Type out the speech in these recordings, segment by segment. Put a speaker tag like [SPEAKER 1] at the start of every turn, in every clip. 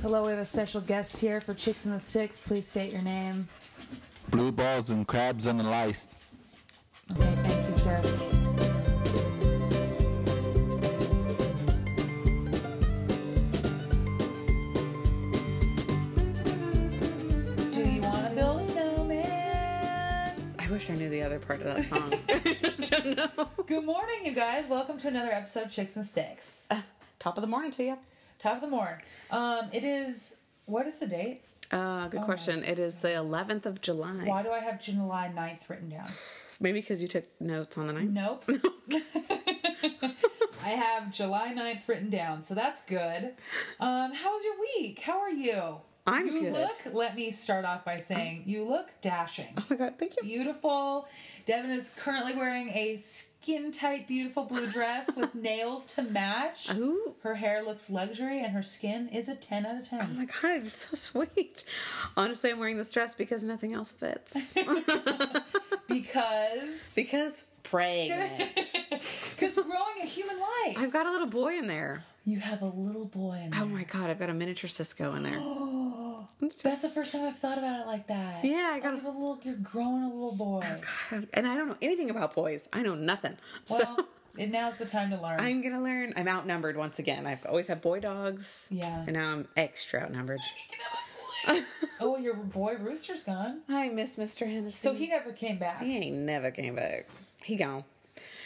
[SPEAKER 1] Hello, we have a special guest here for Chicks in the Sticks. Please state your name.
[SPEAKER 2] Blue balls and crabs and lice.
[SPEAKER 1] Okay, thank you, sir. Do you want to build a snowman?
[SPEAKER 3] I wish I knew the other part of that song. I just don't know.
[SPEAKER 1] Good morning, you guys. Welcome to another episode of Chicks and Sticks.
[SPEAKER 3] Top of the morning to you.
[SPEAKER 1] Top of the morning. Um, it is, what is the date?
[SPEAKER 3] Uh, good question. It is the 11th of July.
[SPEAKER 1] Why do I have July 9th written down?
[SPEAKER 3] Maybe because you took notes on the night.
[SPEAKER 1] Nope. I
[SPEAKER 3] Oh
[SPEAKER 1] have July 9th written down, so that's good. Um, how was your week? How are you?
[SPEAKER 3] I'm
[SPEAKER 1] you
[SPEAKER 3] good.
[SPEAKER 1] look, let me start off by saying, you look dashing.
[SPEAKER 3] Oh my god, thank you.
[SPEAKER 1] Beautiful. Devin is currently wearing a skin tight, beautiful blue dress with nails to match.
[SPEAKER 3] Ooh.
[SPEAKER 1] Her hair looks luxury and her skin is a 10 out of 10.
[SPEAKER 3] Oh my god, it's so sweet. Honestly, I'm wearing this dress because nothing else fits.
[SPEAKER 1] because
[SPEAKER 3] because pregnant.
[SPEAKER 1] because we're growing a human life.
[SPEAKER 3] I've got a little boy in there.
[SPEAKER 1] you have a little boy in there.
[SPEAKER 3] Oh my god, I've got a miniature Cisco in there.
[SPEAKER 1] That's the first time I've thought about it like that.
[SPEAKER 3] Yeah, I got
[SPEAKER 1] Oh, you have a little. You're growing a little boy.
[SPEAKER 3] God, and I don't know anything about boys. I know nothing.
[SPEAKER 1] Well,
[SPEAKER 3] so
[SPEAKER 1] and now's the time to learn.
[SPEAKER 3] I'm gonna learn. I'm outnumbered once again. I've always had boy dogs.
[SPEAKER 1] Yeah.
[SPEAKER 3] And now I'm extra outnumbered.
[SPEAKER 1] oh, your boy Rooster's gone,
[SPEAKER 3] I miss Mr. Hennessy.
[SPEAKER 1] so he never came back.
[SPEAKER 3] he ain't never came back. He gone.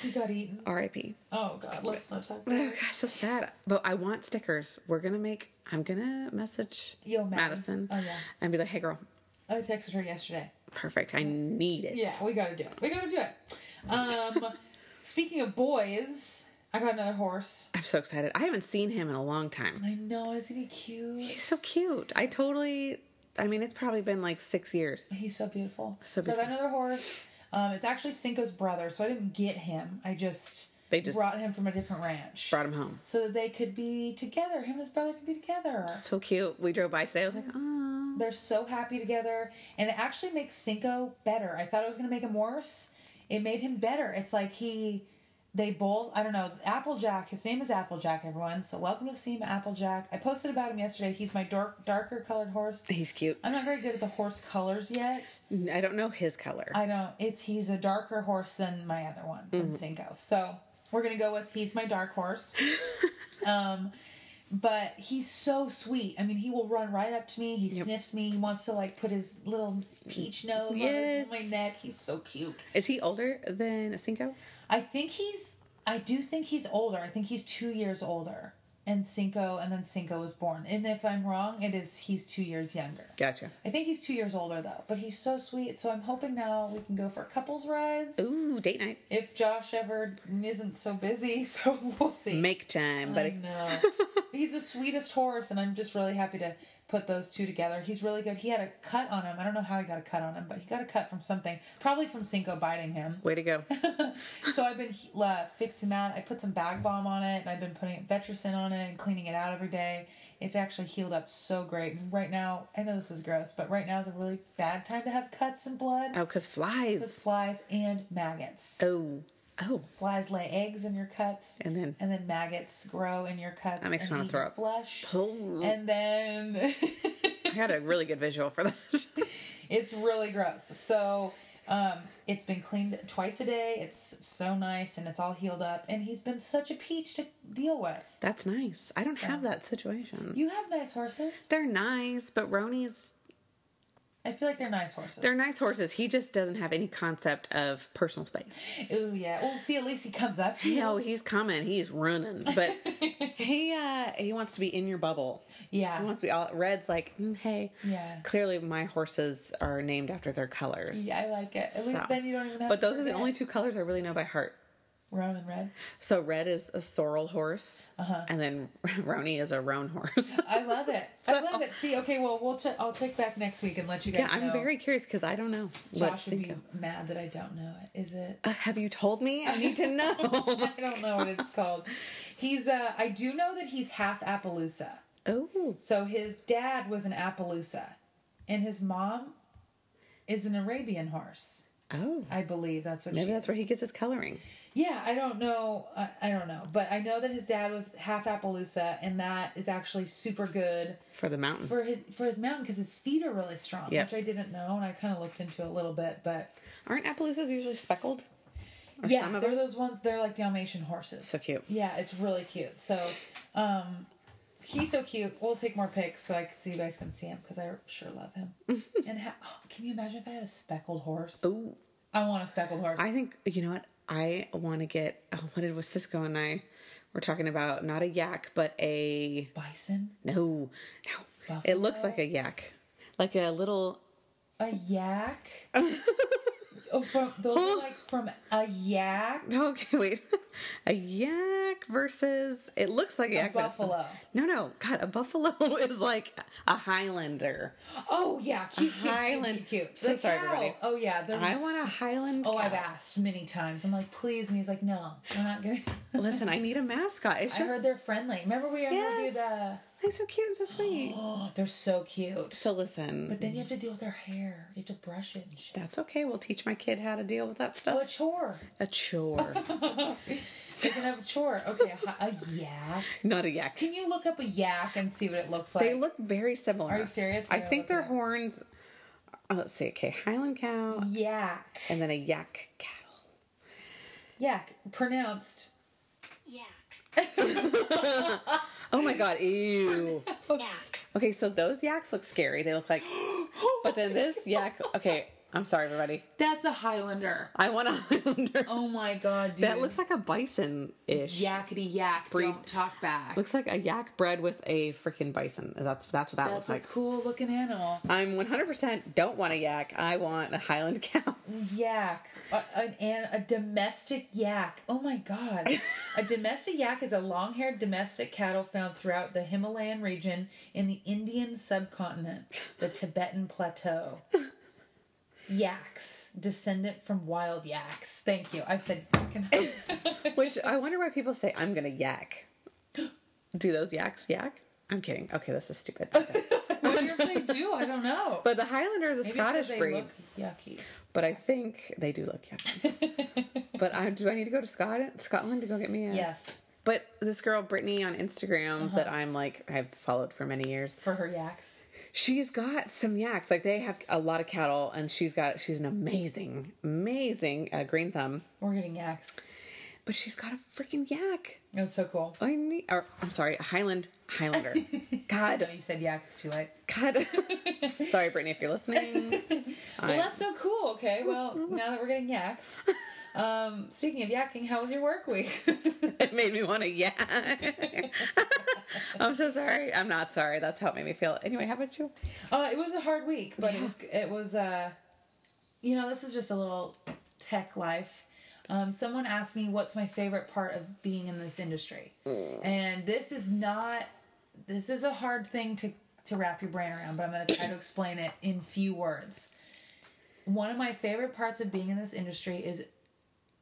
[SPEAKER 1] He got eaten.
[SPEAKER 3] R.I.P.
[SPEAKER 1] Oh God, let's not talk.
[SPEAKER 3] Oh
[SPEAKER 1] About it.
[SPEAKER 3] God, so sad. But I want stickers. We're gonna make. I'm gonna message
[SPEAKER 1] Yo, Madison.
[SPEAKER 3] Madison.
[SPEAKER 1] Oh yeah,
[SPEAKER 3] And be like, hey girl,
[SPEAKER 1] I texted her yesterday.
[SPEAKER 3] perfect. I need it.
[SPEAKER 1] Yeah, we gotta do it. We gotta do it. Um, speaking of boys, I got another horse.
[SPEAKER 3] I'm so excited. I haven't seen him in a long time.
[SPEAKER 1] I know, isn't he cute?
[SPEAKER 3] He's so cute. I totally. I mean, it's probably been like six years.
[SPEAKER 1] He's so beautiful.
[SPEAKER 3] So
[SPEAKER 1] So I got another horse. Um, it's actually Cinco's brother, so I didn't get him. I just
[SPEAKER 3] They just
[SPEAKER 1] brought him from a different ranch.
[SPEAKER 3] brought him home.
[SPEAKER 1] so that they could be together. Him and his brother could be together.
[SPEAKER 3] So cute. We drove by today. I was like, oh.
[SPEAKER 1] They're so happy together, and it actually makes Cinco better. I thought it was gonna make him worse. It made him better. It's like he, they both. I don't know. Applejack. His name is Applejack. Everyone. So welcome to the team, Applejack. I posted about him yesterday. He's my dark, darker colored horse.
[SPEAKER 3] He's cute.
[SPEAKER 1] I'm not very good at the horse colors yet.
[SPEAKER 3] I don't know his color.
[SPEAKER 1] I don't. It's he's a darker horse than my other one, than Cinco. So we're gonna go with he's my dark horse. um, but he's so sweet. I mean, he will run right up to me. He sniffs me. He wants to like put his little peach nose on his-
[SPEAKER 3] Yes.
[SPEAKER 1] on my neck. He's so cute.
[SPEAKER 3] Is he older than Cinco?
[SPEAKER 1] I think he's. I do think he's older. I think he's two years older. And Cinco, and then Cinco was born. And if I'm wrong, it is he's two years younger.
[SPEAKER 3] Gotcha.
[SPEAKER 1] I think he's two years older though, but he's so sweet. So I'm hoping now we can go for couples rides.
[SPEAKER 3] Ooh, date night.
[SPEAKER 1] if Josh ever isn't so busy, so we'll see.
[SPEAKER 3] Make time,
[SPEAKER 1] I
[SPEAKER 3] buddy.
[SPEAKER 1] know. He's the sweetest horse, and I'm just really happy to put those two together. He's really good. He had a cut on him. I don't know how he got a cut on him, but he got a cut from something, probably from Cinco biting him.
[SPEAKER 3] Way to go.
[SPEAKER 1] so I've been he- uh, fixing that. I put some bag balm on it, and I've been putting Vetricin on it and cleaning it out every day. It's actually healed up so great. And right now, I know this is gross, but right now is a really bad time to have cuts and blood.
[SPEAKER 3] Oh, because
[SPEAKER 1] It's
[SPEAKER 3] flies.
[SPEAKER 1] flies and maggots.
[SPEAKER 3] Oh, oh.
[SPEAKER 1] Flies lay eggs in your cuts.
[SPEAKER 3] And then
[SPEAKER 1] and then maggots grow in your cuts.
[SPEAKER 3] That makes me
[SPEAKER 1] and
[SPEAKER 3] wanna
[SPEAKER 1] eat
[SPEAKER 3] throw
[SPEAKER 1] your
[SPEAKER 3] up.
[SPEAKER 1] Flesh,
[SPEAKER 3] pull.
[SPEAKER 1] and then
[SPEAKER 3] I had a really good visual for that.
[SPEAKER 1] it's really gross. So um, it's been cleaned twice a day. It's so nice, and it's all healed up. And he's been such a peach to deal with.
[SPEAKER 3] That's nice. I don't have that situation.
[SPEAKER 1] You have nice horses.
[SPEAKER 3] They're nice, but Roni's,
[SPEAKER 1] I feel like they're nice horses.
[SPEAKER 3] they're nice horses. He just doesn't have any concept of personal space.
[SPEAKER 1] Ooh yeah. Well, see, at least he comes up. to you.
[SPEAKER 3] Oh, he's coming. He's running. But he uh he wants to be in your bubble. He
[SPEAKER 1] Yeah.
[SPEAKER 3] wants to be all red's like, mm, hey.
[SPEAKER 1] Yeah.
[SPEAKER 3] Clearly my horses are named after their colors.
[SPEAKER 1] Yeah, I like it. At
[SPEAKER 3] So-
[SPEAKER 1] least then you don't even have.
[SPEAKER 3] But
[SPEAKER 1] to
[SPEAKER 3] those are the
[SPEAKER 1] forget.
[SPEAKER 3] only two colors I really know by heart.
[SPEAKER 1] Roan and Red.
[SPEAKER 3] So red is a sorrel horse, and then Roni is a roan horse.
[SPEAKER 1] I love it. I love it. See, okay, well, we'll check. I'll check back next week and let you guys
[SPEAKER 3] yeah, I'm
[SPEAKER 1] know.
[SPEAKER 3] very curious because I don't know. Let's
[SPEAKER 1] Josh would
[SPEAKER 3] think
[SPEAKER 1] be mad that I don't know it. Is it?
[SPEAKER 3] of- Uh, have you told me? I need to know.
[SPEAKER 1] I don't know what it's called. He's uh I do know that he's half Appaloosa.
[SPEAKER 3] oh,
[SPEAKER 1] So his dad was an Appaloosa and his mom is an Arabian horse.
[SPEAKER 3] oh,
[SPEAKER 1] I believe that's what
[SPEAKER 3] maybe
[SPEAKER 1] she
[SPEAKER 3] that's
[SPEAKER 1] is.
[SPEAKER 3] where he gets his coloring.
[SPEAKER 1] Yeah, I don't know. I, I don't know, but I know that his dad was half Appaloosa, and that is actually super good
[SPEAKER 3] for the mountain.
[SPEAKER 1] for his for his mountain because his feet are really strong,
[SPEAKER 3] Yep.
[SPEAKER 1] which I didn't know, and I kind of looked into it a little bit, but
[SPEAKER 3] Aren't Appaloosas usually speckled? Or
[SPEAKER 1] yeah,
[SPEAKER 3] some of
[SPEAKER 1] they're
[SPEAKER 3] them?
[SPEAKER 1] those ones. They're like Dalmatian horses.
[SPEAKER 3] So cute.
[SPEAKER 1] Yeah, it's really cute. So, um, he's so cute. We'll take more pics so I can see you guys can see him because I sure love him. and ha- oh, can you imagine if I had a speckled horse?
[SPEAKER 3] Ooh,
[SPEAKER 1] I want a speckled horse.
[SPEAKER 3] I think you know what I want to get. Oh, what did was Cisco and I were talking about? Not a yak, but a
[SPEAKER 1] Bison,
[SPEAKER 3] no, no. It looks
[SPEAKER 1] Buffalo?
[SPEAKER 3] like a yak, like a little.
[SPEAKER 1] a yak. oh, from those are like from a yak,
[SPEAKER 3] Okay, wait, a yak versus. It looks like a,
[SPEAKER 1] a
[SPEAKER 3] yak, but it's-
[SPEAKER 1] buffalo.
[SPEAKER 3] No, no, God, a buffalo is like a Highlander.
[SPEAKER 1] Oh yeah, cute, cute,
[SPEAKER 3] Highland-
[SPEAKER 1] cute, cute, cute.
[SPEAKER 3] So
[SPEAKER 1] The
[SPEAKER 3] sorry,
[SPEAKER 1] cow.
[SPEAKER 3] everybody.
[SPEAKER 1] Oh yeah, they're
[SPEAKER 3] I want a Highland.
[SPEAKER 1] Oh, I've
[SPEAKER 3] cow.
[SPEAKER 1] asked many times. I'm like, please, and he's like, no, we're not gonna.
[SPEAKER 3] Listen, I need a mascot. It's
[SPEAKER 1] I
[SPEAKER 3] just
[SPEAKER 1] heard they're friendly. Remember we interviewed the.
[SPEAKER 3] they're so cute and so sweet.
[SPEAKER 1] Oh, they're so cute.
[SPEAKER 3] So listen,
[SPEAKER 1] But then you have to deal with their hair. You have to brush it and shit.
[SPEAKER 3] that's okay. We'll teach my kid how to deal with that stuff.
[SPEAKER 1] Oh, a chore.
[SPEAKER 3] A chore,
[SPEAKER 1] They can have a chore. Okay, a, hi- a yak.
[SPEAKER 3] not a yak.
[SPEAKER 1] Can you look up a yak and see what it looks like?
[SPEAKER 3] They look very similar.
[SPEAKER 1] Are you serious?
[SPEAKER 3] I
[SPEAKER 1] Okay,
[SPEAKER 3] think
[SPEAKER 1] look
[SPEAKER 3] their
[SPEAKER 1] it up.
[SPEAKER 3] horns. Oh, let's see. Okay, Highland cow
[SPEAKER 1] yak.
[SPEAKER 3] and then a yak cattle.
[SPEAKER 1] Yak. Pronounced.
[SPEAKER 4] Yak.
[SPEAKER 3] Oh my god! Ew.
[SPEAKER 4] Yak.
[SPEAKER 3] Okay, so those yaks look scary. They look like. But then this yak. Okay, I'm sorry, everybody.
[SPEAKER 1] That's a Highlander.
[SPEAKER 3] I want a Highlander.
[SPEAKER 1] Oh my god, dude.
[SPEAKER 3] that looks like a bison ish.
[SPEAKER 1] yakety yak.
[SPEAKER 3] Breed.
[SPEAKER 1] Don't talk back.
[SPEAKER 3] Looks like a yak bred with a freaking bison. That's that's what that
[SPEAKER 1] That's
[SPEAKER 3] looks
[SPEAKER 1] a
[SPEAKER 3] like.
[SPEAKER 1] cool looking animal.
[SPEAKER 3] I'm 100% don't want a yak. I want a Highland cow.
[SPEAKER 1] yak, a, an, an a domestic yak. Oh my god. a domestic yak is a long-haired domestic cattle found throughout the Himalayan region in the Indian subcontinent, the Tibetan plateau. Yaks, descendant from wild yaks. Thank you. I've said fucking-
[SPEAKER 3] Which I wonder why people say I'm gonna yak. Do those yaks yak? I'm kidding. Okay, this is stupid.
[SPEAKER 1] wonder if they do. I don't know.
[SPEAKER 3] but the Highlander is a
[SPEAKER 1] Maybe it's 'cause
[SPEAKER 3] Scottish
[SPEAKER 1] they
[SPEAKER 3] breed.
[SPEAKER 1] look yucky.
[SPEAKER 3] But I think they do look yucky. but I do I need to go to Scotland Scotland to go get me a
[SPEAKER 1] Yes,
[SPEAKER 3] But this girl Brittany on Instagram that I'm like I've followed for many years.
[SPEAKER 1] for her yaks.
[SPEAKER 3] She's got some yaks. Like they have a lot of cattle and she's got she's an amazing, amazing uh, green thumb.
[SPEAKER 1] We're getting yaks.
[SPEAKER 3] But she's got a freaking yak.
[SPEAKER 1] That's so cool.
[SPEAKER 3] I need, or I'm sorry, a Highland Highlander.
[SPEAKER 1] No,
[SPEAKER 3] God,
[SPEAKER 1] you said yak. It's too late.
[SPEAKER 3] God. sorry, Brittany, if you're listening.
[SPEAKER 1] Well, that's so cool. Okay, well, now that we're getting yaks, um, speaking of yakking, how was your work week?
[SPEAKER 3] It made me want to yak. I'm so sorry. I'm not sorry. That's how it made me feel. Anyway, how about you?
[SPEAKER 1] uh, it was a hard week, but it was it was uh, you know, this is just a little tech life. Um, someone asked me what's my favorite part of being in this industry, and this is not this is a hard thing to to wrap your brain around, but I'm going to try to explain it in few words. One of my favorite parts of being in this industry is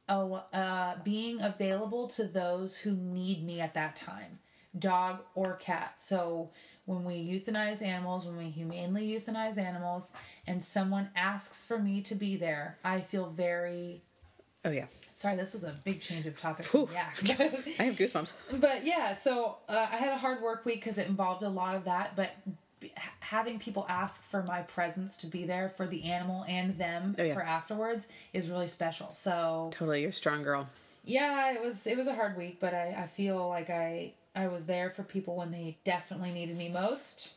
[SPEAKER 1] al- uh, being available to those who need me at that time, dog or cat. So when we euthanize animals, when we humanely euthanize animals, and someone asks for me to be there, I feel very
[SPEAKER 3] Oh, yeah.
[SPEAKER 1] sorry. This was a big change of topic. From yak.
[SPEAKER 3] I have goosebumps.
[SPEAKER 1] but yeah, so uh, I had a hard work week because it involved a lot of that, but b- having people ask for my presence to be there for the animal and them
[SPEAKER 3] yeah.
[SPEAKER 1] for afterwards is really special. So
[SPEAKER 3] Totally, you're a strong girl.
[SPEAKER 1] yeah it was it was a hard week but i i feel like i i was there for people when they definitely needed me most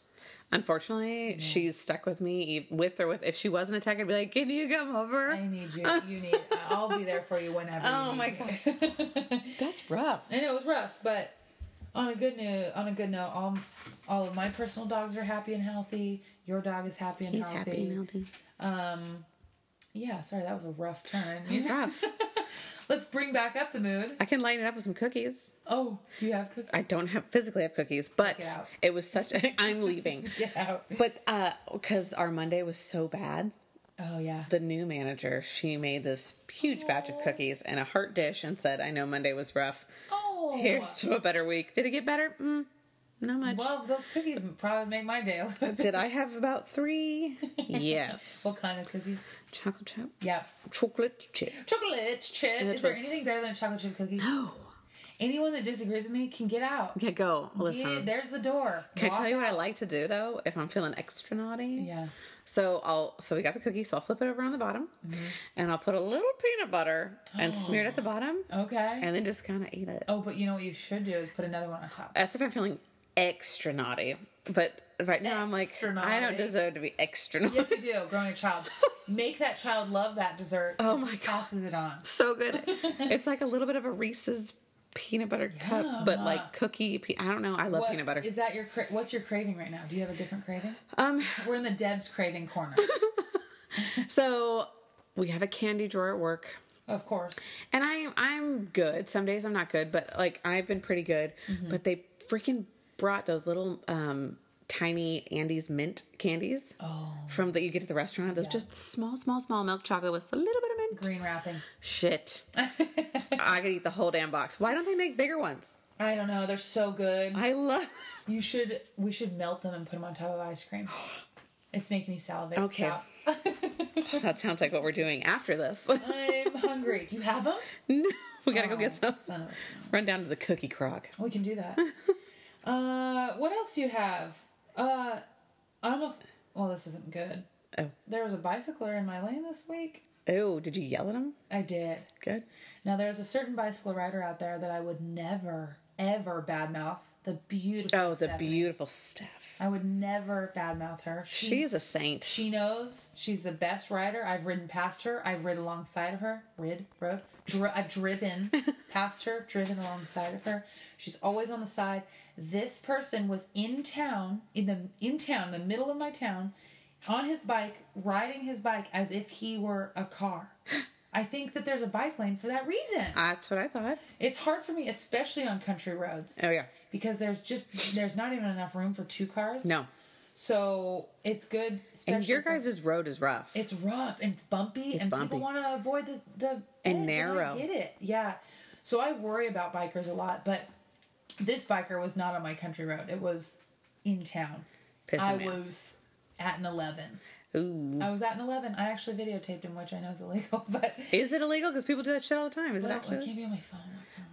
[SPEAKER 3] Unfortunately, she's stuck with me, e- with or with. If she wasn't attacked, I'd be like, can you come over?
[SPEAKER 1] i need you you need i'll be there for you whenever you
[SPEAKER 3] Oh
[SPEAKER 1] need
[SPEAKER 3] my
[SPEAKER 1] me.
[SPEAKER 3] gosh. That's rough.
[SPEAKER 1] and it was rough but on a good note on a good note all all of my personal dogs are happy and healthy your dog is happy and
[SPEAKER 3] He's
[SPEAKER 1] healthy Um,
[SPEAKER 3] happy and healthy.
[SPEAKER 1] yeah sorry that was a rough turn
[SPEAKER 3] Rough.
[SPEAKER 1] let's bring back up the mood
[SPEAKER 3] I can lighten it up with some cookies.
[SPEAKER 1] oh do you have cookies
[SPEAKER 3] I don't have physically have cookies, but
[SPEAKER 1] Get out.
[SPEAKER 3] it was such. I'm leaving,
[SPEAKER 1] get out
[SPEAKER 3] but uh, because our Monday was so bad,
[SPEAKER 1] oh yeah
[SPEAKER 3] the new manager she made this huge batch of cookies and a heart dish and said, "I know Monday was rough.
[SPEAKER 1] oh
[SPEAKER 3] Here's to a better week. Did it get better? Mm, Not much.
[SPEAKER 1] Well, those cookies would probably make my day.
[SPEAKER 3] Did I have about three? Yes.
[SPEAKER 1] what kind of cookies?
[SPEAKER 3] chocolate chip.
[SPEAKER 1] Yeah.
[SPEAKER 3] Chocolate chip.
[SPEAKER 1] Chocolate chip.
[SPEAKER 3] And it
[SPEAKER 1] Is there
[SPEAKER 3] was-
[SPEAKER 1] anything better than a chocolate chip cookie?
[SPEAKER 3] Oh.
[SPEAKER 1] Anyone that disagrees with me can get out.
[SPEAKER 3] Okay, go. Listen.
[SPEAKER 1] Yeah, there's the door.
[SPEAKER 3] Can I
[SPEAKER 1] Walk
[SPEAKER 3] tell you what I
[SPEAKER 1] out.
[SPEAKER 3] like to do though? If I'm feeling extra naughty,
[SPEAKER 1] Yeah.
[SPEAKER 3] So I'll so we got the cookie, so I'll flip it over on the bottom,
[SPEAKER 1] Mm-hmm.
[SPEAKER 3] and I'll put a little peanut butter and smear it at the bottom,
[SPEAKER 1] Okay.
[SPEAKER 3] and then just kind of eat it.
[SPEAKER 1] oh, but you know what you should do is put another one on top.
[SPEAKER 3] That's if I'm feeling extra naughty. But right now I'm like,
[SPEAKER 1] Extra
[SPEAKER 3] I
[SPEAKER 1] naughty.
[SPEAKER 3] don't deserve to be extra naughty.
[SPEAKER 1] Yes, you do. Growing a child, make that child love that dessert.
[SPEAKER 3] Oh
[SPEAKER 1] so
[SPEAKER 3] my
[SPEAKER 1] he
[SPEAKER 3] God.
[SPEAKER 1] passes it on.
[SPEAKER 3] so good. it's like a little bit of a Reese's peanut butter cup, but
[SPEAKER 1] Yum.
[SPEAKER 3] like cookie. Pe- I don't know. I love
[SPEAKER 1] What-
[SPEAKER 3] peanut butter.
[SPEAKER 1] Is that your cra- what's your craving right now? Do you have a different craving?
[SPEAKER 3] um.
[SPEAKER 1] We're in the Deb's craving corner,
[SPEAKER 3] So we have a candy drawer at work.
[SPEAKER 1] of course.
[SPEAKER 3] And I I'm good. Some days I'm not good, but like I've been pretty good.
[SPEAKER 1] Mm-hmm.
[SPEAKER 3] But they freaking brought those little um tiny Andes mint candies
[SPEAKER 1] Oh,
[SPEAKER 3] from that you get at the restaurant. Those just small, small, small milk chocolate with a little bit of mint.
[SPEAKER 1] green wrapping.
[SPEAKER 3] Shit. I could eat the whole damn box. Why don't they make bigger ones?
[SPEAKER 1] I don't know. They're so good.
[SPEAKER 3] I love
[SPEAKER 1] You should. We should melt them and put them on top of ice cream. It's making me salivate.
[SPEAKER 3] Okay.
[SPEAKER 1] Stop.
[SPEAKER 3] That sounds like what we're doing after this.
[SPEAKER 1] Oh, I'm hungry. Do you have them?
[SPEAKER 3] no, we gotta go get some.
[SPEAKER 1] Son of a-
[SPEAKER 3] Run down to the cookie crock.
[SPEAKER 1] We can do that. uh, what else do you have? Uh, I almost. Well, this isn't good.
[SPEAKER 3] Oh.
[SPEAKER 1] There was a bicycler in my lane this week.
[SPEAKER 3] Oh, did you yell at him?
[SPEAKER 1] I did.
[SPEAKER 3] Good.
[SPEAKER 1] Now there's a certain bicycle rider out there that I would never, ever badmouth. The beautiful.
[SPEAKER 3] Oh, the
[SPEAKER 1] Stephanie.
[SPEAKER 3] beautiful Steph.
[SPEAKER 1] I would never badmouth her.
[SPEAKER 3] She is a saint.
[SPEAKER 1] She knows she's the best rider. I've ridden past her. I've rid alongside of her. Rid, rode. Dri- I've driven past her, driven alongside of her. She's always on the side. This person was in town, in the in town, the middle of my town, on his bike, riding his bike as if he were a car. I think that there's a bike lane for that reason.
[SPEAKER 3] That's what I thought.
[SPEAKER 1] It's hard for me, especially on country roads,
[SPEAKER 3] Oh yeah.
[SPEAKER 1] because there's just there's not even enough room for two cars.
[SPEAKER 3] No.
[SPEAKER 1] So it's good.
[SPEAKER 3] And your
[SPEAKER 1] especially for-
[SPEAKER 3] guys' road is rough.
[SPEAKER 1] it's rough and it's bumpy and
[SPEAKER 3] bumpy.
[SPEAKER 1] people want to avoid the the
[SPEAKER 3] And
[SPEAKER 1] edge, I
[SPEAKER 3] narrow.
[SPEAKER 1] get it? Yeah. So I worry about bikers a lot, but this biker was not on my country road. It was in town.
[SPEAKER 3] Pissing
[SPEAKER 1] I
[SPEAKER 3] me off.
[SPEAKER 1] was at an eleven.
[SPEAKER 3] Ooh.
[SPEAKER 1] I was at an eleven. I actually videotaped him, which I know is illegal, but
[SPEAKER 3] Is it illegal? Because people do that shit all the time. Is it
[SPEAKER 1] well, it
[SPEAKER 3] actually?
[SPEAKER 1] can't be on my phone.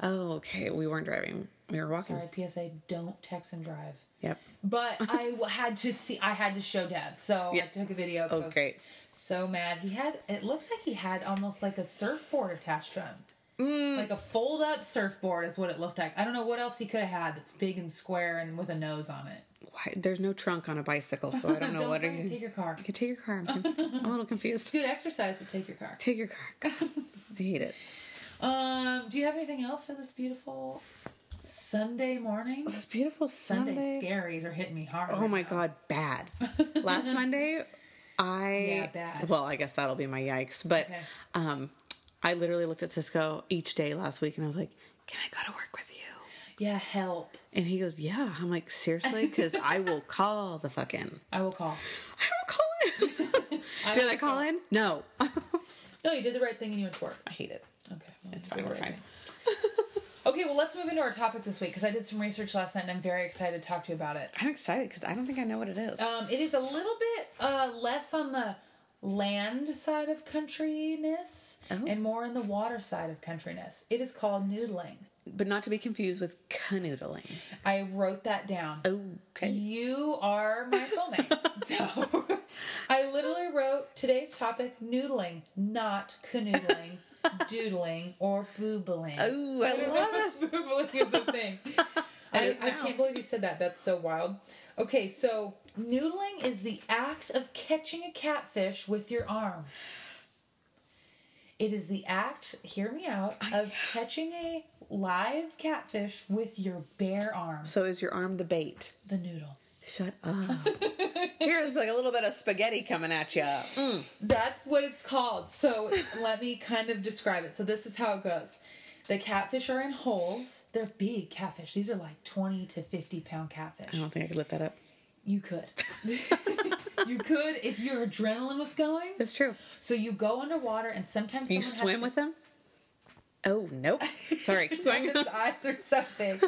[SPEAKER 3] Oh, okay. We weren't driving. We were walking.
[SPEAKER 1] Sorry, PSA. Don't text and drive.
[SPEAKER 3] Yep.
[SPEAKER 1] But I w- had to see. I had to show Dad, so
[SPEAKER 3] Yeah.
[SPEAKER 1] I took a video. 'cause
[SPEAKER 3] Oh,
[SPEAKER 1] I was
[SPEAKER 3] great.
[SPEAKER 1] So mad. He had. It looked like he had almost like a surfboard attached to him.
[SPEAKER 3] Mm.
[SPEAKER 1] Like a fold up surfboard is what it looked like. I don't know what else he could have had that's big and square and with a nose on it.
[SPEAKER 3] Why? There's no trunk on a bicycle, so I don't know what are
[SPEAKER 1] worry, Take
[SPEAKER 3] you.
[SPEAKER 1] your car.
[SPEAKER 3] Okay, take your car. I'm, conf- I'm a little confused.
[SPEAKER 1] Good exercise, but take your car.
[SPEAKER 3] Take your car. I hate it.
[SPEAKER 1] Um, do you have anything else for this beautiful Sunday morning?
[SPEAKER 3] It's beautiful
[SPEAKER 1] Sunday,
[SPEAKER 3] Sunday.
[SPEAKER 1] scaries are hitting me hard.
[SPEAKER 3] Oh my god, bad. Last Monday, I
[SPEAKER 1] Yeah, bad.
[SPEAKER 3] Well, I guess that'll be my yikes. But
[SPEAKER 1] Okay.
[SPEAKER 3] um, I literally looked at Cisco each day last week, and I was like, "Can I go to work with you?"
[SPEAKER 1] Yeah, help.
[SPEAKER 3] And he goes, "Yeah." I'm like, "Seriously?" Because I will call the fuck in.
[SPEAKER 1] I will call.
[SPEAKER 3] I will call in. Did I
[SPEAKER 1] "Oh."
[SPEAKER 3] call in? No. I
[SPEAKER 1] No, you did the right thing and you went to work.
[SPEAKER 3] hate it.
[SPEAKER 1] Okay. well,
[SPEAKER 3] It's
[SPEAKER 1] you did the
[SPEAKER 3] fine. We're
[SPEAKER 1] right
[SPEAKER 3] fine.
[SPEAKER 1] thing. Okay, well, let's move into our topic this week because I did some research last night and I'm very excited to talk to you about it.
[SPEAKER 3] I'm excited because I don't think I know what it is.
[SPEAKER 1] Um, it is a little bit uh, less on the land side of countryness
[SPEAKER 3] Oh.
[SPEAKER 1] and more on the water side of countryness. It is called noodling.
[SPEAKER 3] but not to be confused with canoodling.
[SPEAKER 1] I wrote that down.
[SPEAKER 3] Okay.
[SPEAKER 1] You are my soulmate. so I literally wrote today's topic noodling, not canoodling, doodling, or boobling.
[SPEAKER 3] Oh, I love this.
[SPEAKER 1] Boobling is a thing. I,
[SPEAKER 3] is
[SPEAKER 1] I
[SPEAKER 3] now.
[SPEAKER 1] can't believe you said that. That's so wild. Okay, so noodling is the act of catching a catfish with your arm. It is the act, hear me out, of catching a live catfish with your bare arm.
[SPEAKER 3] So is your arm the bait?
[SPEAKER 1] The noodle.
[SPEAKER 3] Shut up. Here's like a little bit of spaghetti coming at you.
[SPEAKER 1] That's what it's called. So let me kind of describe it. So this is how it goes. The catfish are in holes. They're big catfish. These are like 20 to 50 pound catfish.
[SPEAKER 3] I don't think I could lift that up.
[SPEAKER 1] You could. you could if your adrenaline was going.
[SPEAKER 3] It's true.
[SPEAKER 1] So you go underwater and sometimes
[SPEAKER 3] You
[SPEAKER 1] someone has
[SPEAKER 3] swim
[SPEAKER 1] to-
[SPEAKER 3] with them? Oh, nope. Sorry. keep going.
[SPEAKER 1] his eyes or something.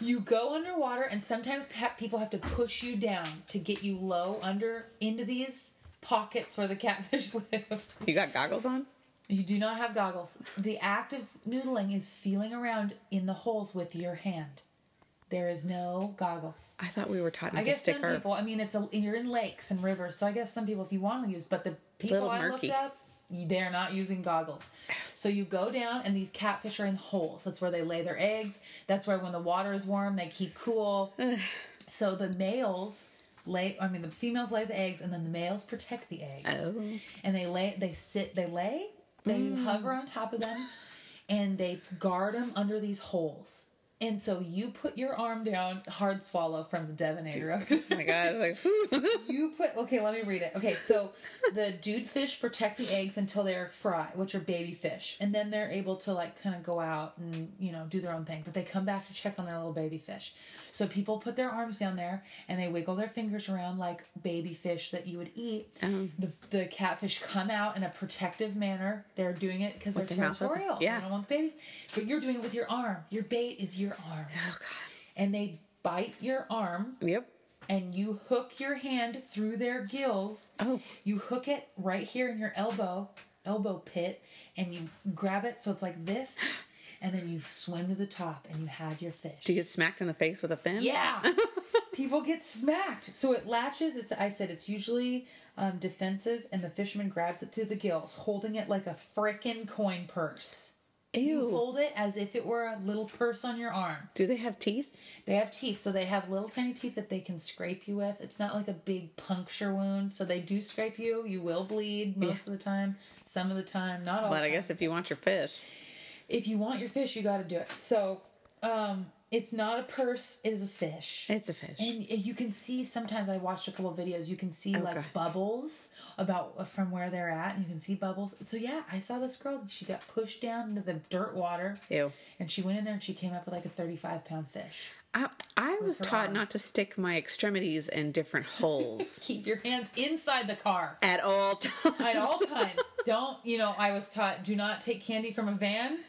[SPEAKER 1] You go underwater, and sometimes pa- people have to push you down to get you low under into these pockets where the catfish live.
[SPEAKER 3] You got goggles on?
[SPEAKER 1] You do not have goggles. The act of noodling is feeling around in the holes with your hand. There is no goggles.
[SPEAKER 3] I thought we were taught
[SPEAKER 1] I
[SPEAKER 3] not to
[SPEAKER 1] guess
[SPEAKER 3] stick
[SPEAKER 1] some
[SPEAKER 3] our.
[SPEAKER 1] people. I mean, it's a you're in lakes and rivers, so I guess some people, if you want to use, but the people
[SPEAKER 3] Little
[SPEAKER 1] I looked
[SPEAKER 3] murky.
[SPEAKER 1] up, they're not using goggles. So you go down, and these catfish are in holes. That's where they lay their eggs. That's where when the water is warm, they keep cool. so the males lay. I mean, the females lay the eggs, and then the males protect the eggs.
[SPEAKER 3] Oh. Mm.
[SPEAKER 1] And they lay. They sit. They lay. They hover on top of them, and they guard them under these holes. And so you put your arm down, hard swallow from the Devinator.
[SPEAKER 3] Oh my god! Like, whew.
[SPEAKER 1] You put okay. Let me read it. Okay, so the dude fish protect the eggs until they're fry, which are baby fish, and then they're able to like kind of go out and you know do their own thing. But they come back to check on their little baby fish. So people put their arms down there and they wiggle their fingers around like baby fish that you would eat.
[SPEAKER 3] Um,
[SPEAKER 1] The the catfish come out in a protective manner. They're doing it because they're
[SPEAKER 3] their mouth open.
[SPEAKER 1] territorial.
[SPEAKER 3] Yeah.
[SPEAKER 1] they don't want the babies. But you're doing it with your arm. Your bait is your arm,
[SPEAKER 3] oh god.
[SPEAKER 1] and they bite your arm
[SPEAKER 3] Yep.
[SPEAKER 1] and you hook your hand through their gills.
[SPEAKER 3] Oh.
[SPEAKER 1] You hook it right here in your elbow, elbow pit, and you grab it so it's like this, and then you swim to the top and you have your fish.
[SPEAKER 3] Do you get smacked in the face with a fin?
[SPEAKER 1] yeah. People get smacked. So it latches. It's I said it's usually um, defensive, and the fisherman grabs it through the gills, holding it like a frickin' coin purse. You
[SPEAKER 3] Ew.
[SPEAKER 1] hold it as if it were a little purse on your arm.
[SPEAKER 3] Do they have teeth?
[SPEAKER 1] They have teeth, so they have little tiny teeth that they can scrape you with. It's not like a big puncture wound, so they do scrape you. You will bleed most of the time, some of the time, not all.
[SPEAKER 3] But
[SPEAKER 1] the
[SPEAKER 3] I
[SPEAKER 1] time.
[SPEAKER 3] guess if you want your fish,
[SPEAKER 1] if you want your fish, you got to do it. So, um, it's not a purse; it is a fish.
[SPEAKER 3] it's a fish.
[SPEAKER 1] And you can see sometimes I watched a couple videos. You can see like
[SPEAKER 3] God.
[SPEAKER 1] bubbles about uh, from where they're at, and you can see bubbles. So yeah, I saw this girl. She got pushed down into the dirt water,
[SPEAKER 3] Ew.
[SPEAKER 1] and she went in there and she came up with like a thirty-five pound fish.
[SPEAKER 3] I, I was
[SPEAKER 1] her
[SPEAKER 3] taught
[SPEAKER 1] arm.
[SPEAKER 3] not to stick my extremities in different holes
[SPEAKER 1] Keep your hands inside the car.
[SPEAKER 3] at all times.
[SPEAKER 1] at all times. Don't you know? I was taught do not take candy from a van,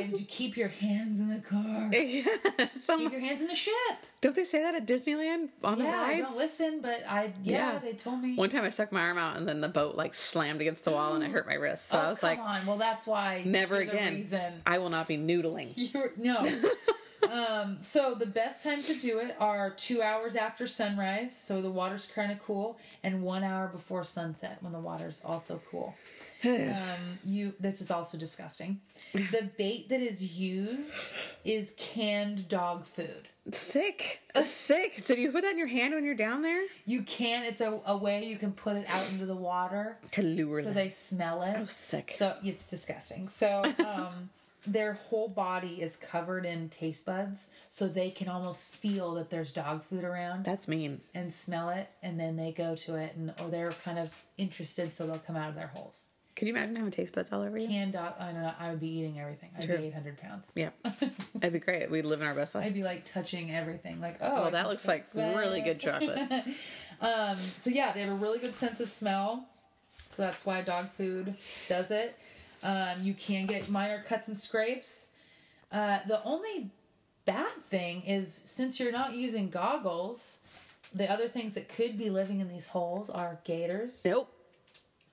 [SPEAKER 1] and to keep your hands in the car.
[SPEAKER 3] Yes.
[SPEAKER 1] Keep your hands in the ship.
[SPEAKER 3] Don't they say that at Disneyland on
[SPEAKER 1] Yeah, I
[SPEAKER 3] the
[SPEAKER 1] don't
[SPEAKER 3] rides?
[SPEAKER 1] listen, but I yeah, they told me.
[SPEAKER 3] One time I stuck my arm out and then the boat like slammed against the wall and it hurt my wrist. So
[SPEAKER 1] oh,
[SPEAKER 3] I was
[SPEAKER 1] come
[SPEAKER 3] like,
[SPEAKER 1] on. Well, that's why.
[SPEAKER 3] never
[SPEAKER 1] you're the
[SPEAKER 3] again.
[SPEAKER 1] Reason.
[SPEAKER 3] I will not be noodling.
[SPEAKER 1] You're, no. um, so the best time to do it are two hours after sunrise, so the water's kind of cool, and one hour before sunset when the water's also cool. um, you. This is also disgusting. The bait that is used is canned dog food.
[SPEAKER 3] Sick. Sick. So do you put that in your hand when you're down there?
[SPEAKER 1] You can. It's a, a way you can put it out into the water.
[SPEAKER 3] To lure
[SPEAKER 1] so
[SPEAKER 3] them.
[SPEAKER 1] they smell it. Oh,
[SPEAKER 3] sick.
[SPEAKER 1] So it's disgusting. So um, their whole body is covered in taste buds, so they can almost feel that there's dog food around
[SPEAKER 3] That's mean.
[SPEAKER 1] and smell it, and then they go to it, and or they're kind of interested, so they'll come out of their holes.
[SPEAKER 3] Could you imagine having taste buds all over you?
[SPEAKER 1] Canned dog. I don't know. I would be eating everything. I'd
[SPEAKER 3] True.
[SPEAKER 1] be eight hundred pounds.
[SPEAKER 3] Yeah. That'd be great. We'd live in our best life.
[SPEAKER 1] I'd be like touching everything. Like oh, I
[SPEAKER 3] well,
[SPEAKER 1] can
[SPEAKER 3] that looks
[SPEAKER 1] touch
[SPEAKER 3] like really
[SPEAKER 1] that.
[SPEAKER 3] good chocolate.
[SPEAKER 1] Um, so yeah, they have a really good sense of smell. So that's why dog food does it. Um, you can get minor cuts and scrapes. Uh, the only bad thing is since you're not using goggles, the other things that could be living in these holes are gators,
[SPEAKER 3] nope.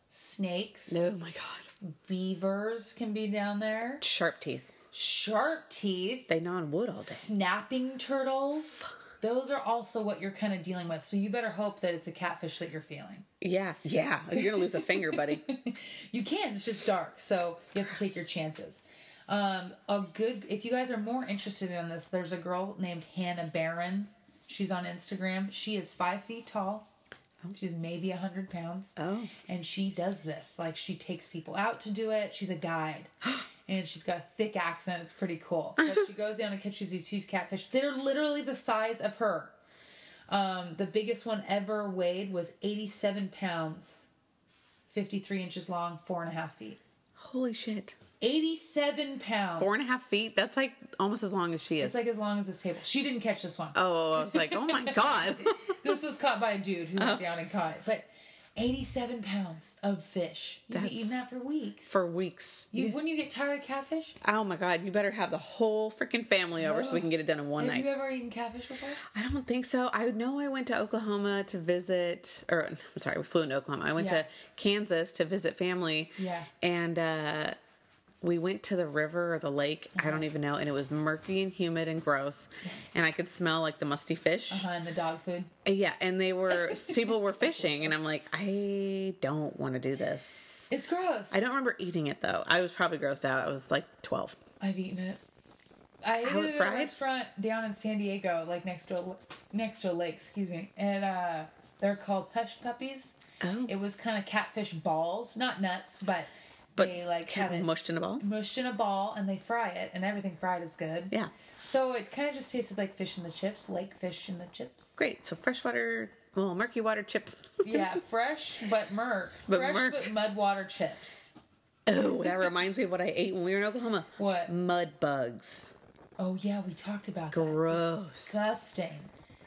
[SPEAKER 1] snakes,
[SPEAKER 3] No, oh my God.
[SPEAKER 1] beavers can be down there,
[SPEAKER 3] Sharp teeth.
[SPEAKER 1] shark teeth,
[SPEAKER 3] They gnaw on wood all day.
[SPEAKER 1] snapping turtles. Those are also what you're kind of dealing with. So you better hope that it's a catfish that you're feeling.
[SPEAKER 3] Yeah. Yeah. You're gonna lose a finger, buddy.
[SPEAKER 1] you can it's just dark so you have to take your chances um a good if you guys are more interested in this there's a girl named hannah barron she's on instagram she is five feet tall she's maybe a hundred pounds
[SPEAKER 3] Oh.
[SPEAKER 1] and she does this like she takes people out to do it she's a guide and she's got a thick accent it's pretty cool but she goes down and catches these huge catfish that are literally the size of her um, the biggest one ever weighed was 87 pounds 53 inches long, four and a half feet.
[SPEAKER 3] Holy shit.
[SPEAKER 1] 87 pounds.
[SPEAKER 3] Four and a half feet. That's like almost as long as she is.
[SPEAKER 1] It's like as long as this table. She didn't catch this one.
[SPEAKER 3] oh, I was like, oh my god. Oh.
[SPEAKER 1] This was caught by a dude who went down and caught it. But 87 pounds of fish. You've
[SPEAKER 3] That's-
[SPEAKER 1] been eating that for weeks.
[SPEAKER 3] for weeks.
[SPEAKER 1] you, Wouldn't you get tired of catfish?
[SPEAKER 3] Oh my god, you better have the whole freaking family over so we can get it done in one
[SPEAKER 1] Have
[SPEAKER 3] night.
[SPEAKER 1] you ever eaten catfish before?
[SPEAKER 3] I don't think so. I know I went to Oklahoma to visit, or I'm sorry, we flew into Oklahoma. I went
[SPEAKER 1] Yeah.
[SPEAKER 3] to Kansas to visit family.
[SPEAKER 1] Yeah.
[SPEAKER 3] And uh, we went to the river or the lake, I
[SPEAKER 1] Uh-huh.
[SPEAKER 3] don't even know, and it was murky and humid and gross. And I could smell like the musty fish.
[SPEAKER 1] Uh-huh, and the dog food.
[SPEAKER 3] Yeah. And they were, people were fishing, and I'm like, I don't want to do this.
[SPEAKER 1] It's gross.
[SPEAKER 3] I don't remember eating it though. I was probably grossed out. I was like 12.
[SPEAKER 1] I've eaten it. I ate
[SPEAKER 3] How it
[SPEAKER 1] it at a
[SPEAKER 3] fried?
[SPEAKER 1] restaurant down in San Diego, like next to a, l- next to a lake. Excuse me, and uh, they're called Hush Puppies.
[SPEAKER 3] Oh.
[SPEAKER 1] It was kind of catfish balls, not nuts, but,
[SPEAKER 3] But
[SPEAKER 1] they like have it
[SPEAKER 3] mushed in a ball.
[SPEAKER 1] mushed in a ball, and they fry it, and everything fried is good.
[SPEAKER 3] Yeah.
[SPEAKER 1] So it kind of just tasted like fish in the chips, lake fish in the chips.
[SPEAKER 3] Great. So freshwater, well, murky water chip.
[SPEAKER 1] Yeah, fresh but murk,
[SPEAKER 3] But
[SPEAKER 1] fresh
[SPEAKER 3] murk.
[SPEAKER 1] but mud water chips.
[SPEAKER 3] Oh, that reminds me of what I ate when we were in Oklahoma.
[SPEAKER 1] What?
[SPEAKER 3] Mud bugs.
[SPEAKER 1] Oh yeah, we talked about
[SPEAKER 3] Gross.
[SPEAKER 1] That. Disgusting.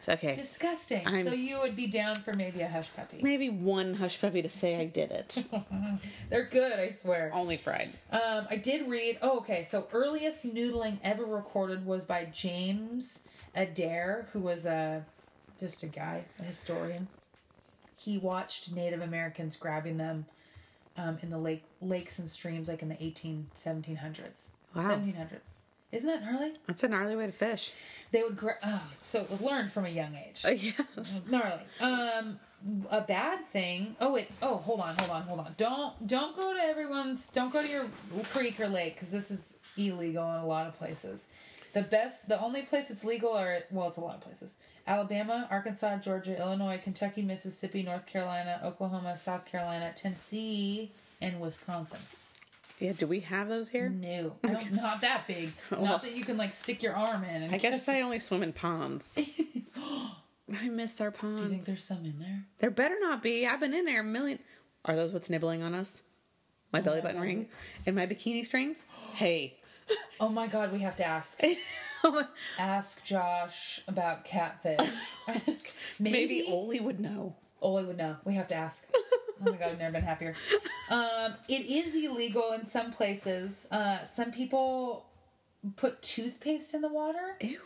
[SPEAKER 3] Okay.
[SPEAKER 1] Disgusting.
[SPEAKER 3] I'm-
[SPEAKER 1] So you would be down for maybe a hush puppy.
[SPEAKER 3] Maybe one hush puppy to say I did it.
[SPEAKER 1] They're good, I swear.
[SPEAKER 3] Only fried.
[SPEAKER 1] Um, I did read. Oh, okay. So earliest noodling ever recorded was by James Adair, who was a just a guy, a historian. He watched Native Americans grabbing them um, in the lake lakes and streams, like in the 18, 1700s.
[SPEAKER 3] Wow.
[SPEAKER 1] 1700s. Isn't that early?
[SPEAKER 3] That's a gnarly way to fish.
[SPEAKER 1] They would gra- oh, so it was learned from a young age.
[SPEAKER 3] Oh, yes.
[SPEAKER 1] gnarly. Um, a bad thing. Oh wait. Oh, hold on, hold on, hold on. Don't don't go to everyone's. Don't go to your creek or lake because this is illegal in a lot of places. The best, the only place it's legal are well, it's a lot of places: Alabama, Arkansas, Georgia, Illinois, Kentucky, Mississippi, North Carolina, Oklahoma, South Carolina, Tennessee, and Wisconsin.
[SPEAKER 3] Yeah, do we have those here?
[SPEAKER 1] No, I don't, not that big.
[SPEAKER 3] Well.
[SPEAKER 1] Not that you can like stick your arm in. And
[SPEAKER 3] I guess I only swim in ponds. I missed our
[SPEAKER 1] I think
[SPEAKER 3] ponds.
[SPEAKER 1] there's some in there.
[SPEAKER 3] There better not be. I've been in there a million. Are those what's nibbling on us? My belly button ring and my bikini strings? Hey.
[SPEAKER 1] Oh my god, we have to ask. ask Josh about catfish.
[SPEAKER 3] Maybe
[SPEAKER 1] Maybe,
[SPEAKER 3] Oli would know.
[SPEAKER 1] Oli would know. We have to ask. oh my god, I've never been happier. Um, it is illegal in some places. Uh, some people put toothpaste in the water.
[SPEAKER 3] Ew.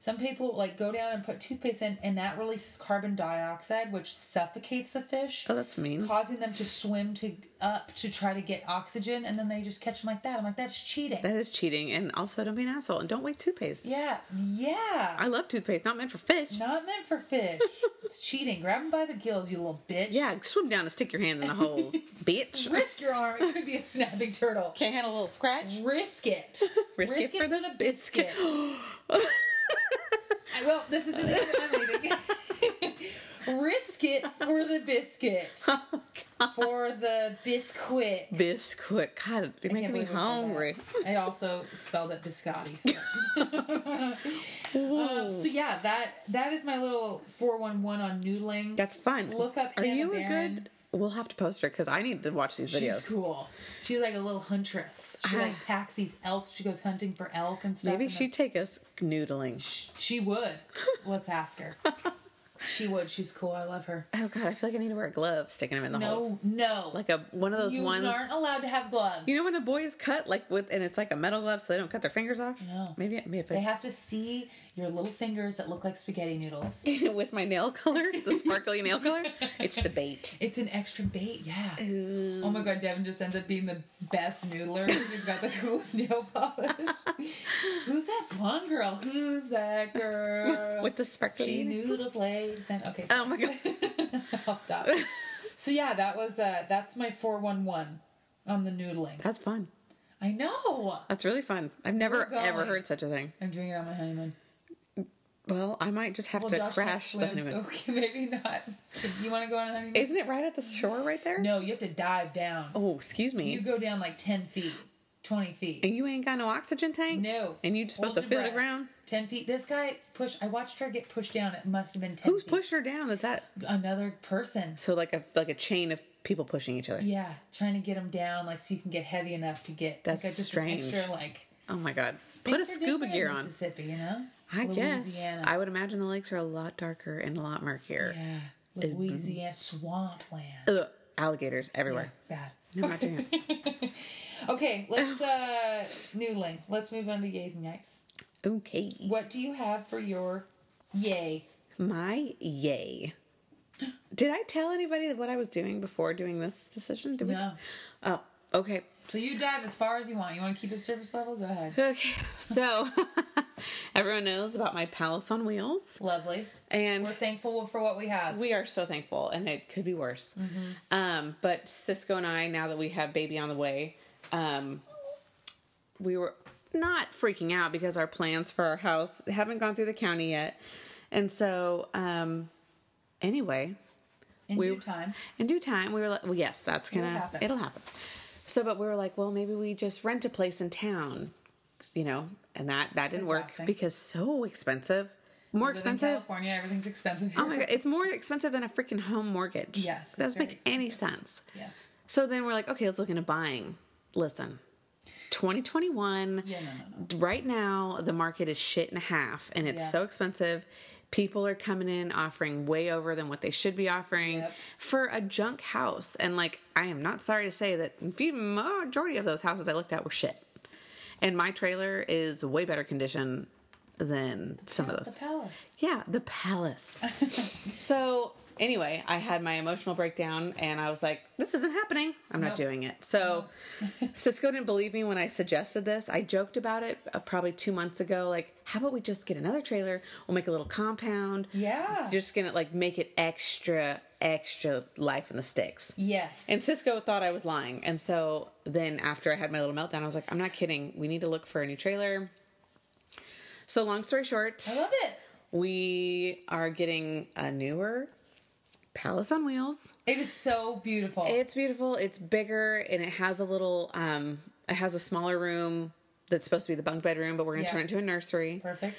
[SPEAKER 1] Some people like go down and put toothpaste in, and that releases carbon dioxide, which suffocates the fish.
[SPEAKER 3] Oh, that's mean.
[SPEAKER 1] Causing them to swim to up to try to get oxygen, and then they just catch them like that. I'm like, that's cheating.
[SPEAKER 3] That is cheating. And also, don't be an asshole. And don't wait toothpaste.
[SPEAKER 1] yeah, yeah.
[SPEAKER 3] I love toothpaste, not meant for fish.
[SPEAKER 1] Not meant for fish. it's cheating. Grab him by the gills, you little bitch.
[SPEAKER 3] Yeah, swim down and stick your hand in the hole, bitch.
[SPEAKER 1] Risk your arm. It could be a snapping turtle.
[SPEAKER 3] Can't handle a little scratch.
[SPEAKER 1] Risk it.
[SPEAKER 3] Risk, it for the biscuit.
[SPEAKER 1] I- well, this is it. I'm leaving. Risk it for the biscuit.
[SPEAKER 3] oh, God.
[SPEAKER 1] For the biscuit.
[SPEAKER 3] Biscuit. God, you're
[SPEAKER 1] I can't
[SPEAKER 3] making me
[SPEAKER 1] believe I said that.
[SPEAKER 3] hungry.
[SPEAKER 1] I also spelled it biscotti. So. um, so yeah, that that is my little four one one on noodling.
[SPEAKER 3] That's fun.
[SPEAKER 1] Look up
[SPEAKER 3] Are
[SPEAKER 1] Hannah
[SPEAKER 3] you
[SPEAKER 1] Baron.
[SPEAKER 3] a good? We'll have to post her because I need to watch these videos.
[SPEAKER 1] She's cool. She's like a little huntress. She like packs these elk. She goes hunting for elk and stuff.
[SPEAKER 3] Maybe
[SPEAKER 1] and
[SPEAKER 3] she'd take us noodling.
[SPEAKER 1] then- she would. Let's ask her. She would. She's cool. I love her.
[SPEAKER 3] Oh God, I feel like I need to wear a glove, sticking them in the
[SPEAKER 1] No,
[SPEAKER 3] holes.
[SPEAKER 1] no.
[SPEAKER 3] Like a one of those
[SPEAKER 1] you
[SPEAKER 3] ones.
[SPEAKER 1] aren't allowed to have gloves.
[SPEAKER 3] You know when a boy is cut like with, and it's like a metal glove, so they don't cut their fingers off.
[SPEAKER 1] No.
[SPEAKER 3] Maybe maybe if
[SPEAKER 1] they
[SPEAKER 3] I
[SPEAKER 1] have to see your little fingers that look like spaghetti noodles.
[SPEAKER 3] with my nail color, the sparkly nail color. It's the bait.
[SPEAKER 1] It's an extra bait. Yeah. Oh my god, Devin just ends up being the best noodler. He's got the coolest nail polish. Who's that blonde girl? Who's that girl?
[SPEAKER 3] With the
[SPEAKER 1] She
[SPEAKER 3] sparkly.
[SPEAKER 1] noodles legs and okay.
[SPEAKER 3] Oh my
[SPEAKER 1] god! I'll stop. So yeah, that was uh that's my four one one on the noodling.
[SPEAKER 3] That's fun.
[SPEAKER 1] I know.
[SPEAKER 3] That's really fun. I've never
[SPEAKER 1] We're
[SPEAKER 3] ever
[SPEAKER 1] going.
[SPEAKER 3] heard such a thing.
[SPEAKER 1] I'm doing it on my honeymoon.
[SPEAKER 3] Well, I might just have
[SPEAKER 1] Well,
[SPEAKER 3] to
[SPEAKER 1] Josh can't
[SPEAKER 3] crash the
[SPEAKER 1] swim,
[SPEAKER 3] honeymoon.
[SPEAKER 1] so okay, maybe not. You want to go on a honeymoon?
[SPEAKER 3] Isn't it right at the shore right there?
[SPEAKER 1] no, you have to dive down.
[SPEAKER 3] Oh, excuse me.
[SPEAKER 1] You go down like ten feet, twenty feet.
[SPEAKER 3] and you ain't got no oxygen tank.
[SPEAKER 1] No.
[SPEAKER 3] And you just supposed
[SPEAKER 1] Hold
[SPEAKER 3] to
[SPEAKER 1] your
[SPEAKER 3] feel
[SPEAKER 1] breath.
[SPEAKER 3] the ground.
[SPEAKER 1] Ten feet. This guy pushed. I watched her get pushed down. It must have been ten.
[SPEAKER 3] Who's
[SPEAKER 1] feet.
[SPEAKER 3] pushing her down? That's that.
[SPEAKER 1] Another person.
[SPEAKER 3] So like a like a chain of people pushing each other.
[SPEAKER 1] Yeah, trying to get him down, like so you can get heavy enough to get.
[SPEAKER 3] That's
[SPEAKER 1] like, I just
[SPEAKER 3] strange.
[SPEAKER 1] Picture, like
[SPEAKER 3] Oh my god. Put a
[SPEAKER 1] things are different
[SPEAKER 3] scuba
[SPEAKER 1] in
[SPEAKER 3] gear on.
[SPEAKER 1] Mississippi, you know.
[SPEAKER 3] I guess.
[SPEAKER 1] Louisiana.
[SPEAKER 3] I would imagine the lakes are a lot darker and a lot murkier.
[SPEAKER 1] yeah,
[SPEAKER 3] mm-hmm.
[SPEAKER 1] Louisiana swampland.
[SPEAKER 3] Ugh, alligators everywhere.
[SPEAKER 1] Bad.
[SPEAKER 3] No, I'm not doing it.
[SPEAKER 1] Okay, let's uh noodling. Let's move on to yays and yikes.
[SPEAKER 3] Okay.
[SPEAKER 1] What do you have for your yay?
[SPEAKER 3] My yay. Did I tell anybody what I was doing before doing this decision? Did we?
[SPEAKER 1] No.
[SPEAKER 3] Oh, okay.
[SPEAKER 1] So you dive as far as you want. You want to keep it surface level? Go ahead.
[SPEAKER 3] Okay. So everyone knows about my palace on wheels,
[SPEAKER 1] Lovely.
[SPEAKER 3] and
[SPEAKER 1] We're thankful for what we have.
[SPEAKER 3] we are so thankful, and it could be worse. Um, but Cisco and I, now that we have baby on the way, um, we were not freaking out because our plans for our house haven't gone through the county yet, and so um, anyway,
[SPEAKER 1] In
[SPEAKER 3] we-
[SPEAKER 1] due time.
[SPEAKER 3] in due time we were like well yes that's gonna it'll
[SPEAKER 1] happen.
[SPEAKER 3] happen. so but we were like well maybe we just rent a place in town you know and that that didn't work
[SPEAKER 1] Exhausting.
[SPEAKER 3] because so expensive more
[SPEAKER 1] Live in
[SPEAKER 3] expensive
[SPEAKER 1] California, everything's expensive here.
[SPEAKER 3] oh my god it's more expensive than a freaking home mortgage
[SPEAKER 1] Yes,
[SPEAKER 3] that
[SPEAKER 1] it's
[SPEAKER 3] doesn't
[SPEAKER 1] very
[SPEAKER 3] make any sense
[SPEAKER 1] Yes.
[SPEAKER 3] so then we're like okay let's look into buying listen 2021
[SPEAKER 1] Yeah, no, no, no.
[SPEAKER 3] right now the market is shit and a half and it's
[SPEAKER 1] Yeah.
[SPEAKER 3] so expensive people are coming in offering way over than what they should be offering
[SPEAKER 1] Yep.
[SPEAKER 3] for a junk house and like i am not sorry to say that the majority of those houses i looked at were shit and my trailer is way better condition than some of
[SPEAKER 1] The
[SPEAKER 3] those
[SPEAKER 1] palace.
[SPEAKER 3] yeah, the palace. so anyway, I had my emotional breakdown and I was like, this isn't happening. I'm not
[SPEAKER 1] Nope.
[SPEAKER 3] doing it. So Cisco didn't believe me when I suggested this. I joked about it uh, probably two months ago. Like, how about we just get another trailer? We'll make a little compound.
[SPEAKER 1] Yeah.
[SPEAKER 3] You're just gonna like make it extra, extra life in the sticks.
[SPEAKER 1] yes.
[SPEAKER 3] And Cisco thought I was lying. And so then after I had my little meltdown, I was like, I'm not kidding. We need to look for a new trailer. So long story short,
[SPEAKER 1] I love it.
[SPEAKER 3] we are getting a newer palace on wheels.
[SPEAKER 1] It is so beautiful.
[SPEAKER 3] It's beautiful. It's bigger and it has a little um it has a smaller room that's supposed to be the bunk bedroom, but we're going to
[SPEAKER 1] Yeah.
[SPEAKER 3] turn it into a nursery.
[SPEAKER 1] Perfect.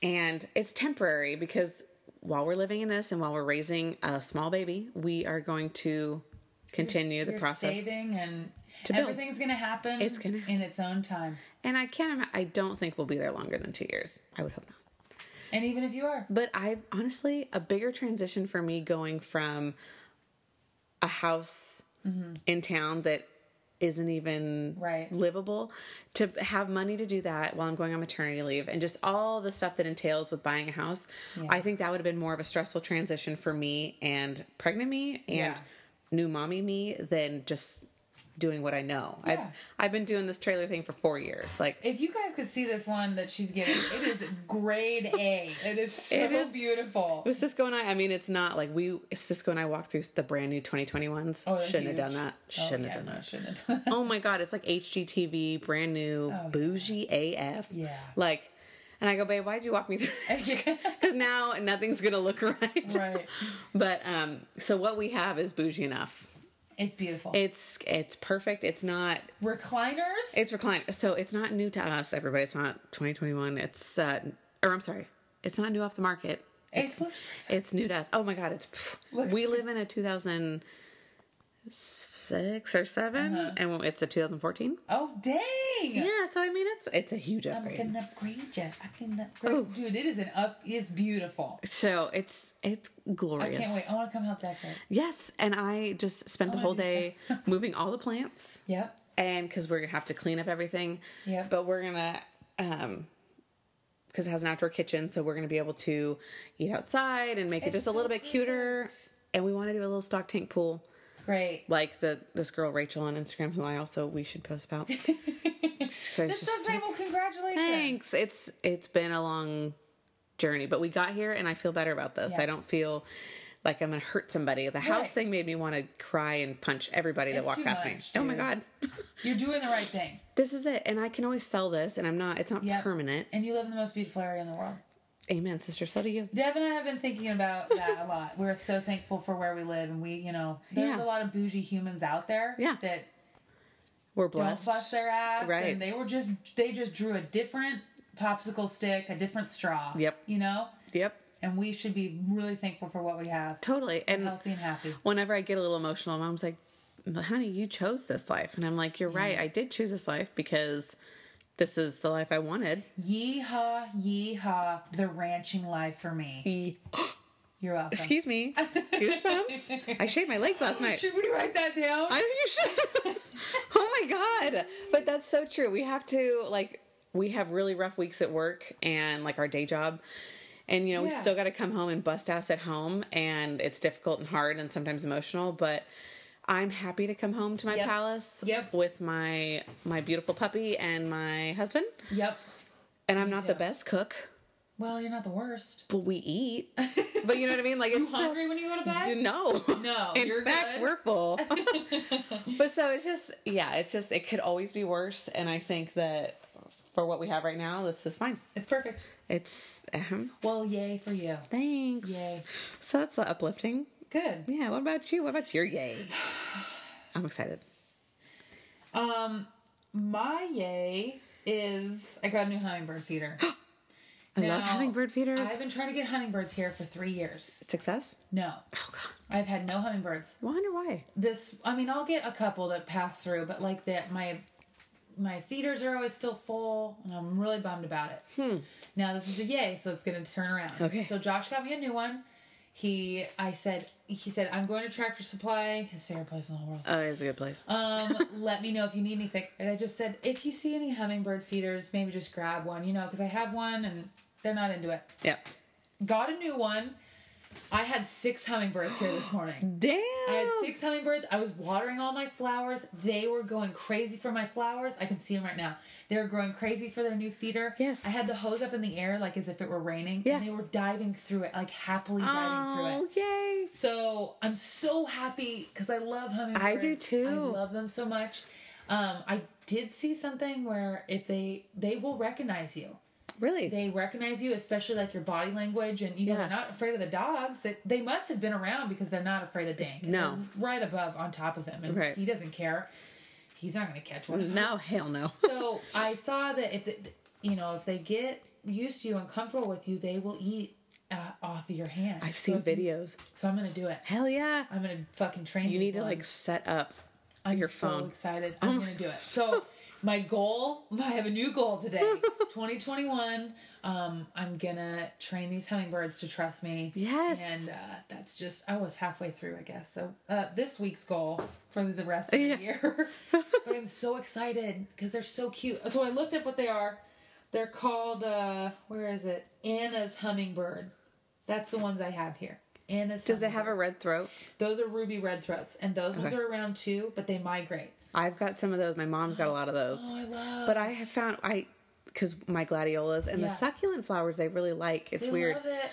[SPEAKER 3] And it's temporary because while we're living in this and while we're raising a small baby, we are going to continue the
[SPEAKER 1] You're
[SPEAKER 3] process.
[SPEAKER 1] Saving and
[SPEAKER 3] To build.
[SPEAKER 1] everything's going to happen
[SPEAKER 3] It's gonna happen.
[SPEAKER 1] in its own time.
[SPEAKER 3] And I can't ima- I don't think we'll be there longer than 2 years. I would hope not.
[SPEAKER 1] And even if you are,
[SPEAKER 3] But I've honestly a bigger transition for me going from a house in town that isn't even
[SPEAKER 1] Mm-hmm. Right.
[SPEAKER 3] livable to have money to do that while I'm going on maternity leave and just all the stuff that entails with buying a house. I think that would have been more of a stressful transition for me and pregnant me
[SPEAKER 1] Yeah.
[SPEAKER 3] and new mommy me than just doing what I know.
[SPEAKER 1] Yeah.
[SPEAKER 3] I've I've been doing this trailer thing for 4 years. Like
[SPEAKER 1] if you guys could see this one that she's getting, it is grade A. It is so
[SPEAKER 3] It is-
[SPEAKER 1] beautiful.
[SPEAKER 3] With Cisco and I, I mean, it's not like we, Cisco and I walked through the brand new 2021s.
[SPEAKER 1] Oh, they're
[SPEAKER 3] Shouldn't have done
[SPEAKER 1] huge.
[SPEAKER 3] that.
[SPEAKER 1] Oh,
[SPEAKER 3] Shouldn't
[SPEAKER 1] yeah,
[SPEAKER 3] have done
[SPEAKER 1] no,
[SPEAKER 3] that.
[SPEAKER 1] Shouldn't have done that.
[SPEAKER 3] Oh my God, it's like HGTV, brand new,
[SPEAKER 1] Oh, yeah.
[SPEAKER 3] bougie AF.
[SPEAKER 1] Yeah.
[SPEAKER 3] Like, and I go, babe, why'd you walk me through this? Because now nothing's going to look right.
[SPEAKER 1] Right.
[SPEAKER 3] But, um, so what we have is bougie enough.
[SPEAKER 1] It's beautiful.
[SPEAKER 3] It's, it's perfect. It's not,
[SPEAKER 1] Recliners.
[SPEAKER 3] it's reclined. So it's not new to us, everybody. It's not 2021. It's, uh, or I'm sorry, it's not new off the market.
[SPEAKER 1] it's looked
[SPEAKER 3] It's new to us. Oh my god, it's pff.
[SPEAKER 1] Look.
[SPEAKER 3] we live in a 2006 or 7
[SPEAKER 1] Uh-huh.
[SPEAKER 3] and it's a 2014.
[SPEAKER 1] Oh dang!
[SPEAKER 3] Yeah, so I mean it's it's a huge
[SPEAKER 1] I'm
[SPEAKER 3] upgrade.
[SPEAKER 1] gonna upgrade you. I can upgrade,
[SPEAKER 3] Oh.
[SPEAKER 1] dude. It is an up. It's beautiful.
[SPEAKER 3] So it's it's
[SPEAKER 1] I
[SPEAKER 3] glorious.
[SPEAKER 1] can't wait. I want to come help decorate.
[SPEAKER 3] Yes, and I just spent the
[SPEAKER 1] I
[SPEAKER 3] whole
[SPEAKER 1] wanna
[SPEAKER 3] day
[SPEAKER 1] do
[SPEAKER 3] moving all the plants
[SPEAKER 1] Yep.
[SPEAKER 3] and cuz we're going to have to clean up everything.
[SPEAKER 1] Yep.
[SPEAKER 3] But we're going to um because it has an outdoor kitchen, so we're going to be able to eat outside and make it
[SPEAKER 1] It's
[SPEAKER 3] just a
[SPEAKER 1] so
[SPEAKER 3] little bit cuter. And we want to do a little stock tank pool.
[SPEAKER 1] Great.
[SPEAKER 3] like the this girl Rachel on Instagram, who I also we should post about. So it's
[SPEAKER 1] That's
[SPEAKER 3] just-
[SPEAKER 1] so great. Well, congratulations.
[SPEAKER 3] thanks. It's it's been a long journey, but we got here, and I feel better about this.
[SPEAKER 1] Yeah.
[SPEAKER 3] I don't feel like I'm gonna hurt somebody. The house
[SPEAKER 1] Right.
[SPEAKER 3] thing made me want to cry and punch everybody that
[SPEAKER 1] It's
[SPEAKER 3] walked
[SPEAKER 1] too
[SPEAKER 3] past me.
[SPEAKER 1] much,
[SPEAKER 3] Oh my
[SPEAKER 1] dude.
[SPEAKER 3] god,
[SPEAKER 1] You're doing the right thing.
[SPEAKER 3] this is it, and I can always sell this, and I'm not. It's not
[SPEAKER 1] Yep.
[SPEAKER 3] permanent.
[SPEAKER 1] And you live in the most beautiful area in the world.
[SPEAKER 3] Amen, sister. So do you.
[SPEAKER 1] Deb and I have been thinking about that a lot. We're so thankful for where we live, and we, you know, there's
[SPEAKER 3] Yeah.
[SPEAKER 1] a lot of bougie humans out there
[SPEAKER 3] Yeah.
[SPEAKER 1] that
[SPEAKER 3] We're
[SPEAKER 1] don't
[SPEAKER 3] blessed.
[SPEAKER 1] bust their ass,
[SPEAKER 3] Right.
[SPEAKER 1] and they were just they just drew a different popsicle stick, a different straw.
[SPEAKER 3] Yep.
[SPEAKER 1] You know,
[SPEAKER 3] Yep,
[SPEAKER 1] and we should be really thankful for what we have.
[SPEAKER 3] totally. And
[SPEAKER 1] Healthy and happy.
[SPEAKER 3] whenever I get a little emotional, mom's like, honey, you chose this life. And I'm like, you're right. I did choose this life because this is the life I wanted.
[SPEAKER 1] Yeehaw, yeehaw, the ranching life for me. You're welcome.
[SPEAKER 3] Excuse me. Goosebumps. I shaved my legs last night.
[SPEAKER 1] Should we write that down?
[SPEAKER 3] I think you should. oh my god! But that's so true. We have to like we have really rough weeks at work and like our day job, and you know we
[SPEAKER 1] Yeah.
[SPEAKER 3] still got to come home and bust ass at home, and it's difficult and hard and sometimes emotional, but. I'm happy to come home to my
[SPEAKER 1] Yep.
[SPEAKER 3] palace
[SPEAKER 1] Yep.
[SPEAKER 3] with my my beautiful puppy and my husband.
[SPEAKER 1] yep.
[SPEAKER 3] And I'm not the
[SPEAKER 1] too.
[SPEAKER 3] best cook,
[SPEAKER 1] Well, you're not the worst.
[SPEAKER 3] but we eat. But you know what I mean? Like
[SPEAKER 1] you
[SPEAKER 3] it's so-
[SPEAKER 1] hungry when you go to bed?
[SPEAKER 3] no.
[SPEAKER 1] No,
[SPEAKER 3] In
[SPEAKER 1] you're
[SPEAKER 3] fact,
[SPEAKER 1] good.
[SPEAKER 3] we're full. but so it's just yeah, it's just it could always be worse, and I think that for what we have right now, this is fine.
[SPEAKER 1] It's perfect.
[SPEAKER 3] It's um,
[SPEAKER 1] Well, yay for you.
[SPEAKER 3] thanks.
[SPEAKER 1] Yay.
[SPEAKER 3] So that's the uplifting.
[SPEAKER 1] Good.
[SPEAKER 3] Yeah. What about you? What about your yay? I'm excited.
[SPEAKER 1] Um, my yay is I got a new hummingbird feeder.
[SPEAKER 3] I
[SPEAKER 1] Now,
[SPEAKER 3] love having bird feeders.
[SPEAKER 1] I've been trying to get hummingbirds here for three years.
[SPEAKER 3] Success.
[SPEAKER 1] No,
[SPEAKER 3] Oh God.
[SPEAKER 1] I've had no hummingbirds.
[SPEAKER 3] I wonder why.
[SPEAKER 1] This, I mean, I'll get a couple that pass through, but like that, my my feeders are always still full, and I'm really bummed about it. Now this is a yay, so it's gonna turn around.
[SPEAKER 3] Okay.
[SPEAKER 1] So Josh got me a new one. He, I said, he said, I'm going to Tractor Supply, his favorite place in the whole world.
[SPEAKER 3] Oh, it's a good place.
[SPEAKER 1] Um, let me know if you need anything. And I just said, if you see any hummingbird feeders, maybe just grab one, you know, because I have one and they're not into it.
[SPEAKER 3] yep.
[SPEAKER 1] Got a new one. I had six hummingbirds here this morning.
[SPEAKER 3] Damn.
[SPEAKER 1] I had six hummingbirds. I was watering all my flowers. They were going crazy for my flowers. I can see them right now. They were going crazy for their new feeder.
[SPEAKER 3] Yes.
[SPEAKER 1] I had the hose up in the air like as if it were raining.
[SPEAKER 3] Yeah.
[SPEAKER 1] And they were diving through it, like happily diving through it.
[SPEAKER 3] Oh, yay.
[SPEAKER 1] So I'm so happy because I love hummingbirds.
[SPEAKER 3] I do too.
[SPEAKER 1] I love them so much. Um, I did see something where if they they will recognize you.
[SPEAKER 3] Really?
[SPEAKER 1] They recognize you, especially like your body language, and you know
[SPEAKER 3] Yeah.
[SPEAKER 1] they're not afraid of the dogs. That they must have been around because they're not afraid of Dink.
[SPEAKER 3] No.
[SPEAKER 1] They're right above on top of him, and
[SPEAKER 3] Right.
[SPEAKER 1] he doesn't care. He's not going to catch one.
[SPEAKER 3] no. Hell no.
[SPEAKER 1] so I saw that if the, you know if they get used to you and comfortable with you, they will eat uh, off of your hand.
[SPEAKER 3] I've
[SPEAKER 1] So
[SPEAKER 3] seen
[SPEAKER 1] if you-
[SPEAKER 3] videos.
[SPEAKER 1] So I'm going to do it.
[SPEAKER 3] Hell yeah.
[SPEAKER 1] I'm gonna fucking train.
[SPEAKER 3] You
[SPEAKER 1] these
[SPEAKER 3] need to like
[SPEAKER 1] ones.
[SPEAKER 3] set up
[SPEAKER 1] I'm
[SPEAKER 3] your
[SPEAKER 1] so
[SPEAKER 3] phone. Oh
[SPEAKER 1] excited. I'm gonna do it. So my goal, I have a new goal today, 2021. Um, I'm gonna train these hummingbirds to trust me.
[SPEAKER 3] Yes.
[SPEAKER 1] And uh, that's just I was halfway through, I guess. So uh, this week's goal for the rest of the
[SPEAKER 3] Yeah.
[SPEAKER 1] year. but I'm so excited because they're so cute. So I looked up what they are. They're called uh, where is it? Anna's hummingbird. That's the ones I have here. Anna's.
[SPEAKER 3] Does it have a
[SPEAKER 1] hummingbird.
[SPEAKER 3] red throat?
[SPEAKER 1] Those are ruby red throats, and those ones
[SPEAKER 3] Okay.
[SPEAKER 1] are around too, but they migrate.
[SPEAKER 3] I've got some of those. My mom's got a lot of those.
[SPEAKER 1] Oh, I love.
[SPEAKER 3] But I have found I because my gladiolas and
[SPEAKER 1] Yeah.
[SPEAKER 3] the succulent flowers I really like. It's
[SPEAKER 1] I
[SPEAKER 3] weird.
[SPEAKER 1] love it.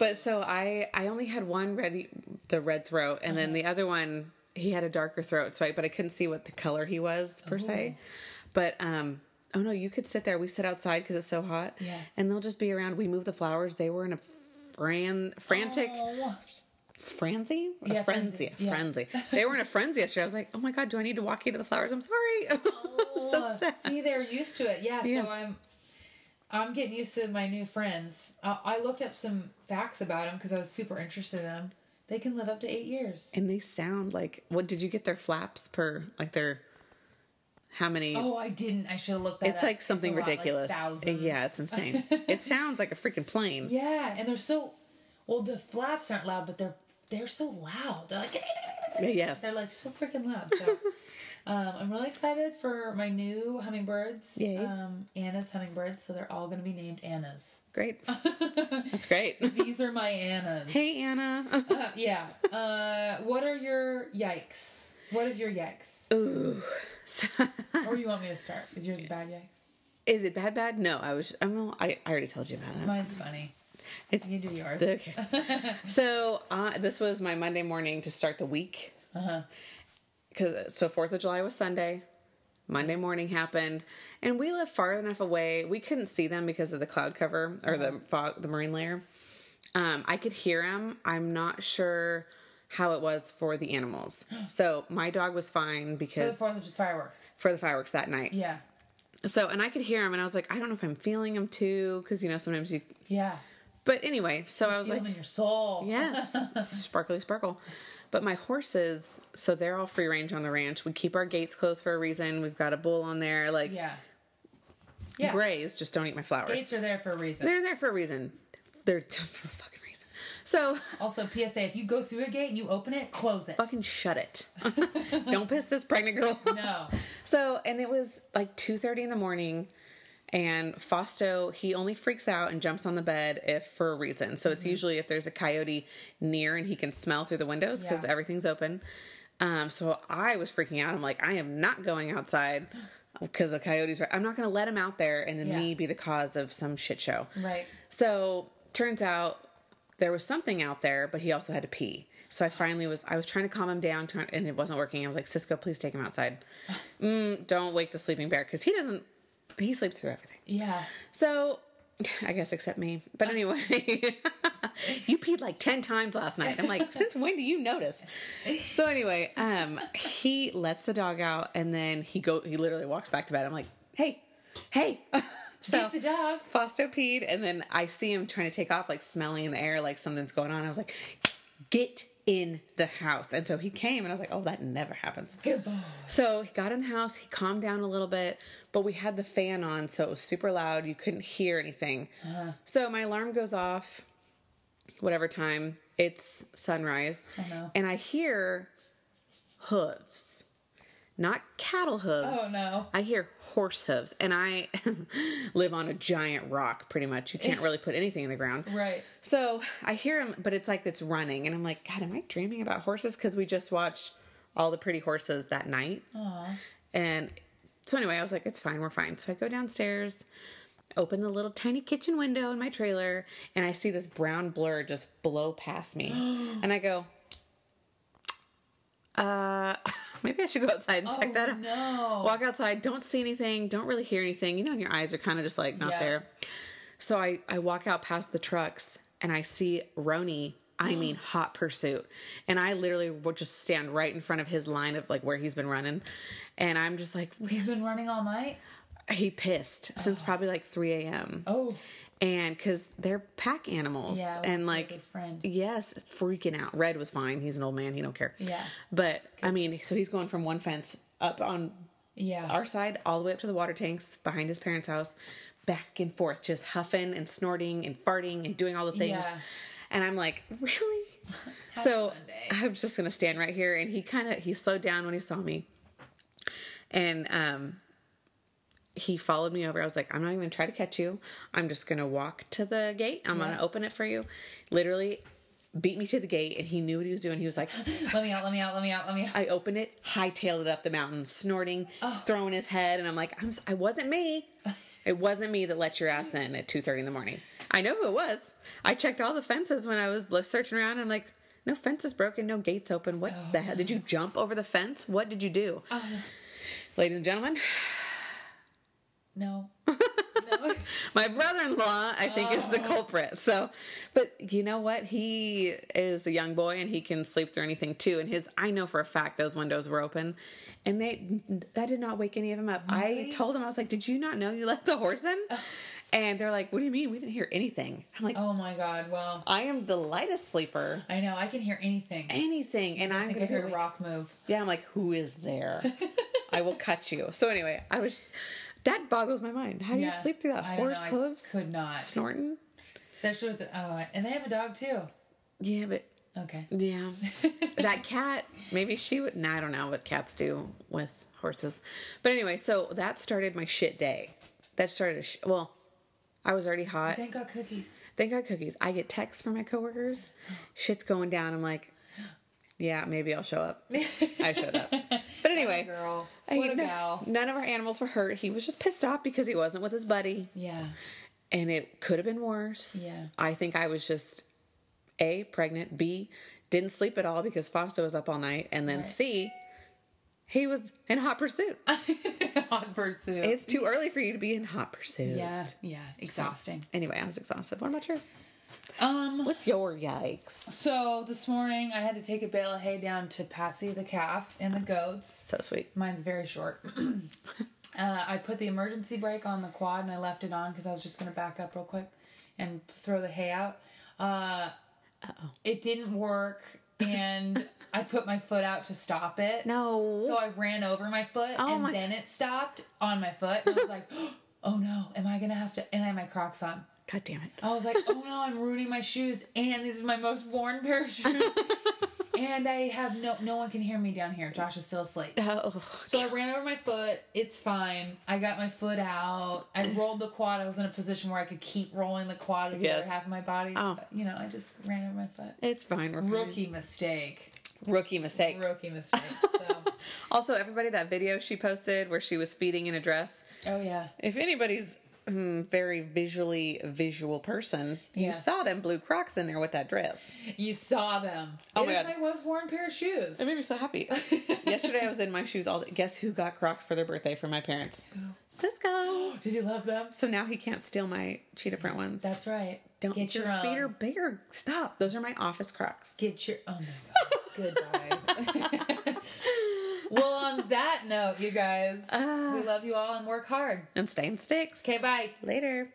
[SPEAKER 3] But so I I only had one red the red throat and then
[SPEAKER 1] Uh-huh.
[SPEAKER 3] the other one he had a darker throat so I but I couldn't see what the color he was per se.
[SPEAKER 1] Oh.
[SPEAKER 3] But um oh no you could sit there we sit outside because it's so hot
[SPEAKER 1] Yeah.
[SPEAKER 3] and they'll just be around. We move the flowers. They were in a fran frantic
[SPEAKER 1] Oh,
[SPEAKER 3] frenzy?
[SPEAKER 1] Yeah,
[SPEAKER 3] a frenzy.
[SPEAKER 1] frenzy. Yeah.
[SPEAKER 3] A frenzy. They were in a frenzy yesterday. I was like, oh my God, do I need to walk you to the flowers? I'm sorry. so
[SPEAKER 1] oh.
[SPEAKER 3] sad.
[SPEAKER 1] See, they're used to it. Yeah,
[SPEAKER 3] Yeah.
[SPEAKER 1] So I'm, I'm getting used to my new friends. Uh, I looked up some facts about them because I was super interested in them. They can live up to eight years.
[SPEAKER 3] And they sound like, what did you get their flaps per, like their, how many?
[SPEAKER 1] Oh, I didn't. I should have looked that.
[SPEAKER 3] it's
[SPEAKER 1] up.
[SPEAKER 3] like something
[SPEAKER 1] a lot, like
[SPEAKER 3] ridiculous.
[SPEAKER 1] thousands. Uh,
[SPEAKER 3] yeah, it's insane. it sounds like a freaking plane.
[SPEAKER 1] Yeah, and they're so. Well, the flaps aren't loud, but they're they're so loud. They're like.
[SPEAKER 3] Yes.
[SPEAKER 1] They're like so freaking loud. So, um, I'm really excited for my new hummingbirds.
[SPEAKER 3] Yay.
[SPEAKER 1] Um, Anna's hummingbirds. So they're all going to be named Anna's.
[SPEAKER 3] Great. That's great.
[SPEAKER 1] These are my Annas.
[SPEAKER 3] hey, Anna.
[SPEAKER 1] Uh, yeah. Uh, what are your yikes? What is your yikes?
[SPEAKER 3] Ooh.
[SPEAKER 1] Or you want me to start? Is yours a bad yikes?
[SPEAKER 3] Is it bad, bad? No, I was, I'm, all- I, I already told you about it.
[SPEAKER 1] Mine's funny.
[SPEAKER 3] It's-
[SPEAKER 1] you do yours.
[SPEAKER 3] Okay. so uh, this was my Monday morning to start the week.
[SPEAKER 1] Uh-huh.
[SPEAKER 3] Because so Fourth of July was Sunday. Monday morning happened, and we live far enough away. We couldn't see them because of the cloud cover or
[SPEAKER 1] Uh-huh.
[SPEAKER 3] the fog, the marine layer. Um, I could hear them. I'm not sure how it was for the animals. So my dog was fine
[SPEAKER 1] For the
[SPEAKER 3] because
[SPEAKER 1] Fourth of July fireworks.
[SPEAKER 3] for the fireworks that night.
[SPEAKER 1] Yeah.
[SPEAKER 3] So and I could hear them, and I was like, I don't know if I'm feeling them too, because you know sometimes you.
[SPEAKER 1] Yeah.
[SPEAKER 3] But anyway, so I was
[SPEAKER 1] Feel
[SPEAKER 3] like,
[SPEAKER 1] them in your soul.
[SPEAKER 3] Yes, sparkly sparkle. But my horses, so they're all free range on the ranch. We keep our gates closed for a reason. We've got a bull on there. Like
[SPEAKER 1] Yeah. Yeah.
[SPEAKER 3] grays, just don't eat my flowers.
[SPEAKER 1] Gates are there for a reason.
[SPEAKER 3] They're there for a reason. They're for a fucking reason. So
[SPEAKER 1] Also, PSA: if you go through a gate and you open it, close it.
[SPEAKER 3] fucking shut it. Don't piss this pregnant girl. off.
[SPEAKER 1] No.
[SPEAKER 3] So and it was like two thirty in the morning, and Fausto he only freaks out and jumps on the bed if for a reason. So
[SPEAKER 1] Mm-hmm.
[SPEAKER 3] it's usually if there's a coyote near and he can smell through the windows because
[SPEAKER 1] Yeah.
[SPEAKER 3] everything's open. Um, so I was freaking out. I'm like, I am not going outside because the coyotes. Right, I'm not going to let him out there and then
[SPEAKER 1] Yeah.
[SPEAKER 3] me be the cause of some shit show.
[SPEAKER 1] Right.
[SPEAKER 3] So turns out there was something out there, but he also had to pee. So I finally was I was trying to calm him down, trying, and it wasn't working. I was like, Cisco, please take him outside. Mm, don't wake the sleeping bear because he doesn't. He sleeps through everything.
[SPEAKER 1] Yeah.
[SPEAKER 3] So I guess except me. But anyway, you peed like 10 times last night. I'm like, since when do you notice? So anyway, um he lets the dog out and then he go he literally walks back to bed. I'm like, "Hey. Hey." So
[SPEAKER 1] Get the dog.
[SPEAKER 3] Foster peed and then I see him trying to take off like smelling in the air like something's going on. I was like, "Get in the house." And so he came and I was like, "Oh, that never happens."
[SPEAKER 1] Good boy.
[SPEAKER 3] So he got in the house, he calmed down a little bit, but we had the fan on, so it was super loud. You couldn't hear anything. So my alarm goes off, whatever time, it's sunrise.
[SPEAKER 1] Oh, no.
[SPEAKER 3] And I hear hooves, not cattle hooves.
[SPEAKER 1] Oh no.
[SPEAKER 3] I hear horse hooves, and I live on a giant rock pretty much. You can't really put anything in the ground.
[SPEAKER 1] Right.
[SPEAKER 3] So I hear him, but it's like it's running, and I'm like, God, am I dreaming about horses? Because we just watched all the pretty horses that night,
[SPEAKER 1] Aw.
[SPEAKER 3] and so anyway, I was like, it's fine, we're fine. So I go downstairs, open the little tiny kitchen window in my trailer, and I see this brown blur just blow past me, and I go, uh, maybe I should go outside and check that out.
[SPEAKER 1] Oh, No.
[SPEAKER 3] Walk outside, don't see anything, don't really hear anything. You know, and your eyes are kind of just like not
[SPEAKER 1] Yeah.
[SPEAKER 3] there. So I, I walk out past the trucks and I see Roni, I mean, hot pursuit. And I literally would just stand right in front of his line of like where he's been running. And I'm just like,
[SPEAKER 1] He's been running all night.
[SPEAKER 3] he pissed since probably like 3 a.m.
[SPEAKER 1] Oh.
[SPEAKER 3] And because they're pack animals.
[SPEAKER 1] Yeah. let's
[SPEAKER 3] and
[SPEAKER 1] see
[SPEAKER 3] like,
[SPEAKER 1] his friend.
[SPEAKER 3] yes, freaking out. Red was fine. He's an old man. He don't care.
[SPEAKER 1] Yeah.
[SPEAKER 3] But I mean, so he's going from one fence up on
[SPEAKER 1] Yeah.
[SPEAKER 3] our side all the way up to the water tanks behind his parents' house, back and forth, just huffing and snorting and farting and doing all the things.
[SPEAKER 1] Yeah.
[SPEAKER 3] And I'm like, really? so
[SPEAKER 1] Monday.
[SPEAKER 3] I'm just gonna stand right here. And he kind of he slowed down when he saw me, and um, he followed me over. I was like, I'm not even gonna try to catch you. I'm just gonna walk to the gate. I'm gonna open it for you. Literally, beat me to the gate, and he knew what he was doing. He was like.
[SPEAKER 1] let me out. Let me out. Let me out. Let me out.
[SPEAKER 3] I opened it, hightailed it up the mountain, snorting, throwing his head, and I'm like, I'm, si wasn't me. It wasn't me that let your ass in at 2:30 in the morning. I know who it was. I checked all the fences when I was li- searching around. I'm like, no fence is broken, no gates open. What the hell? Did you jump over the fence? What did you do, ladies and gentlemen?
[SPEAKER 1] No. no.
[SPEAKER 3] My brother-in-law, I think, is the
[SPEAKER 1] Oh.
[SPEAKER 3] culprit. So, but you know what? He is a young boy, and he can sleep through anything too. And his, I know for a fact, those windows were open, and they that did not wake any of them up. I told him, I was like, "Did you not know you left the horse in?" And they're like, "What do you mean? We didn't hear anything." I'm like,
[SPEAKER 1] Oh my God. Well,
[SPEAKER 3] "I am the lightest sleeper,
[SPEAKER 1] I know. I can hear anything. I
[SPEAKER 3] anything, and I'm
[SPEAKER 1] think
[SPEAKER 3] gonna
[SPEAKER 1] I
[SPEAKER 3] be
[SPEAKER 1] heard a
[SPEAKER 3] awake."
[SPEAKER 1] rock move.
[SPEAKER 3] Yeah, I'm like, who is there? I will cut you. So anyway, I was. That boggles my mind. How do
[SPEAKER 1] Yeah.
[SPEAKER 3] you sleep through that?
[SPEAKER 1] I don't know,
[SPEAKER 3] Horse
[SPEAKER 1] I
[SPEAKER 3] hooves,
[SPEAKER 1] Could not.
[SPEAKER 3] snorting.
[SPEAKER 1] Especially with the, oh, and they have a dog too.
[SPEAKER 3] Yeah, but
[SPEAKER 1] Okay.
[SPEAKER 3] yeah, that cat. Maybe she would. Nah, I don't know what cats do with horses. But anyway, so that started my shit day. That started. A sh- well, I was already hot.
[SPEAKER 1] Thank God cookies.
[SPEAKER 3] Thank God cookies. I get texts from my coworkers. Shit's going down. I'm like, yeah, maybe I'll show up. I showed up. But anyway,
[SPEAKER 1] Girl.
[SPEAKER 3] I-
[SPEAKER 1] What a
[SPEAKER 3] no-
[SPEAKER 1] gal.
[SPEAKER 3] none of our animals were hurt. He was just pissed off because he wasn't with his buddy
[SPEAKER 1] Yeah.
[SPEAKER 3] and it could have been worse.
[SPEAKER 1] Yeah.
[SPEAKER 3] I think I was just A, pregnant, B, didn't sleep at all because Foster was up all night, and then
[SPEAKER 1] Right. Oh.
[SPEAKER 3] C, he was in hot pursuit.
[SPEAKER 1] Hot pursuit.
[SPEAKER 3] it's too early for you to be in hot pursuit.
[SPEAKER 1] yeah. Yeah. Exhausting.
[SPEAKER 3] Anyway, I was exhausted. What about yours?
[SPEAKER 1] Um.
[SPEAKER 3] What's your yikes?
[SPEAKER 1] So this morning I had to take a bale of hay down to Patsy the calf and the goats.
[SPEAKER 3] So sweet.
[SPEAKER 1] Mine's very short. uh, I put the emergency brake on the quad and I left it on because I was just gonna back up real quick and throw the hay out. Uh, it didn't work, and I put my foot out to stop it.
[SPEAKER 3] No.
[SPEAKER 1] So I ran over my foot,
[SPEAKER 3] Oh
[SPEAKER 1] and
[SPEAKER 3] my-
[SPEAKER 1] then it stopped on my foot. And I was like, "Oh no, am I gonna have to?" And I had my Crocs on.
[SPEAKER 3] God damn it.
[SPEAKER 1] I was like, oh no, I'm ruining my shoes, and this is my most worn pair of shoes, and I have no no one can hear me down here. Josh is still asleep.
[SPEAKER 3] Oh,
[SPEAKER 1] So I ran over my foot. It's fine. I got my foot out. I rolled the quad. I was in a position where I could keep rolling the quad with the
[SPEAKER 3] Yes.
[SPEAKER 1] other half of my body.
[SPEAKER 3] Oh.
[SPEAKER 1] But, you know, I just ran over my foot.
[SPEAKER 3] it's fine. We're fine.
[SPEAKER 1] Rookie mistake.
[SPEAKER 3] Rookie mistake.
[SPEAKER 1] Rookie mistake. So.
[SPEAKER 3] Also, everybody, that video she posted where she was feeding in a dress.
[SPEAKER 1] oh yeah.
[SPEAKER 3] If anybody's mm, very visually visual person,
[SPEAKER 1] Yeah.
[SPEAKER 3] you saw them blue Crocs in there with that dress.
[SPEAKER 1] You saw them.
[SPEAKER 3] Oh
[SPEAKER 1] Oh
[SPEAKER 3] my
[SPEAKER 1] my,
[SPEAKER 3] God.
[SPEAKER 1] my most worn pair of shoes.
[SPEAKER 3] It made me so happy. Yesterday, I was in my shoes all day. Guess who got Crocs for their birthday from my parents? Cisco.
[SPEAKER 1] Does he love them?
[SPEAKER 3] So now he can't steal my cheetah print ones.
[SPEAKER 1] That's right.
[SPEAKER 3] Don't
[SPEAKER 1] get your,
[SPEAKER 3] feet
[SPEAKER 1] own.
[SPEAKER 3] are bigger. Stop. Those are my office Crocs.
[SPEAKER 1] Get your. Oh my god. Goodbye. well, on that note, you guys, we love you all and work hard.
[SPEAKER 3] And stain sticks.
[SPEAKER 1] Okay, bye.
[SPEAKER 3] Later.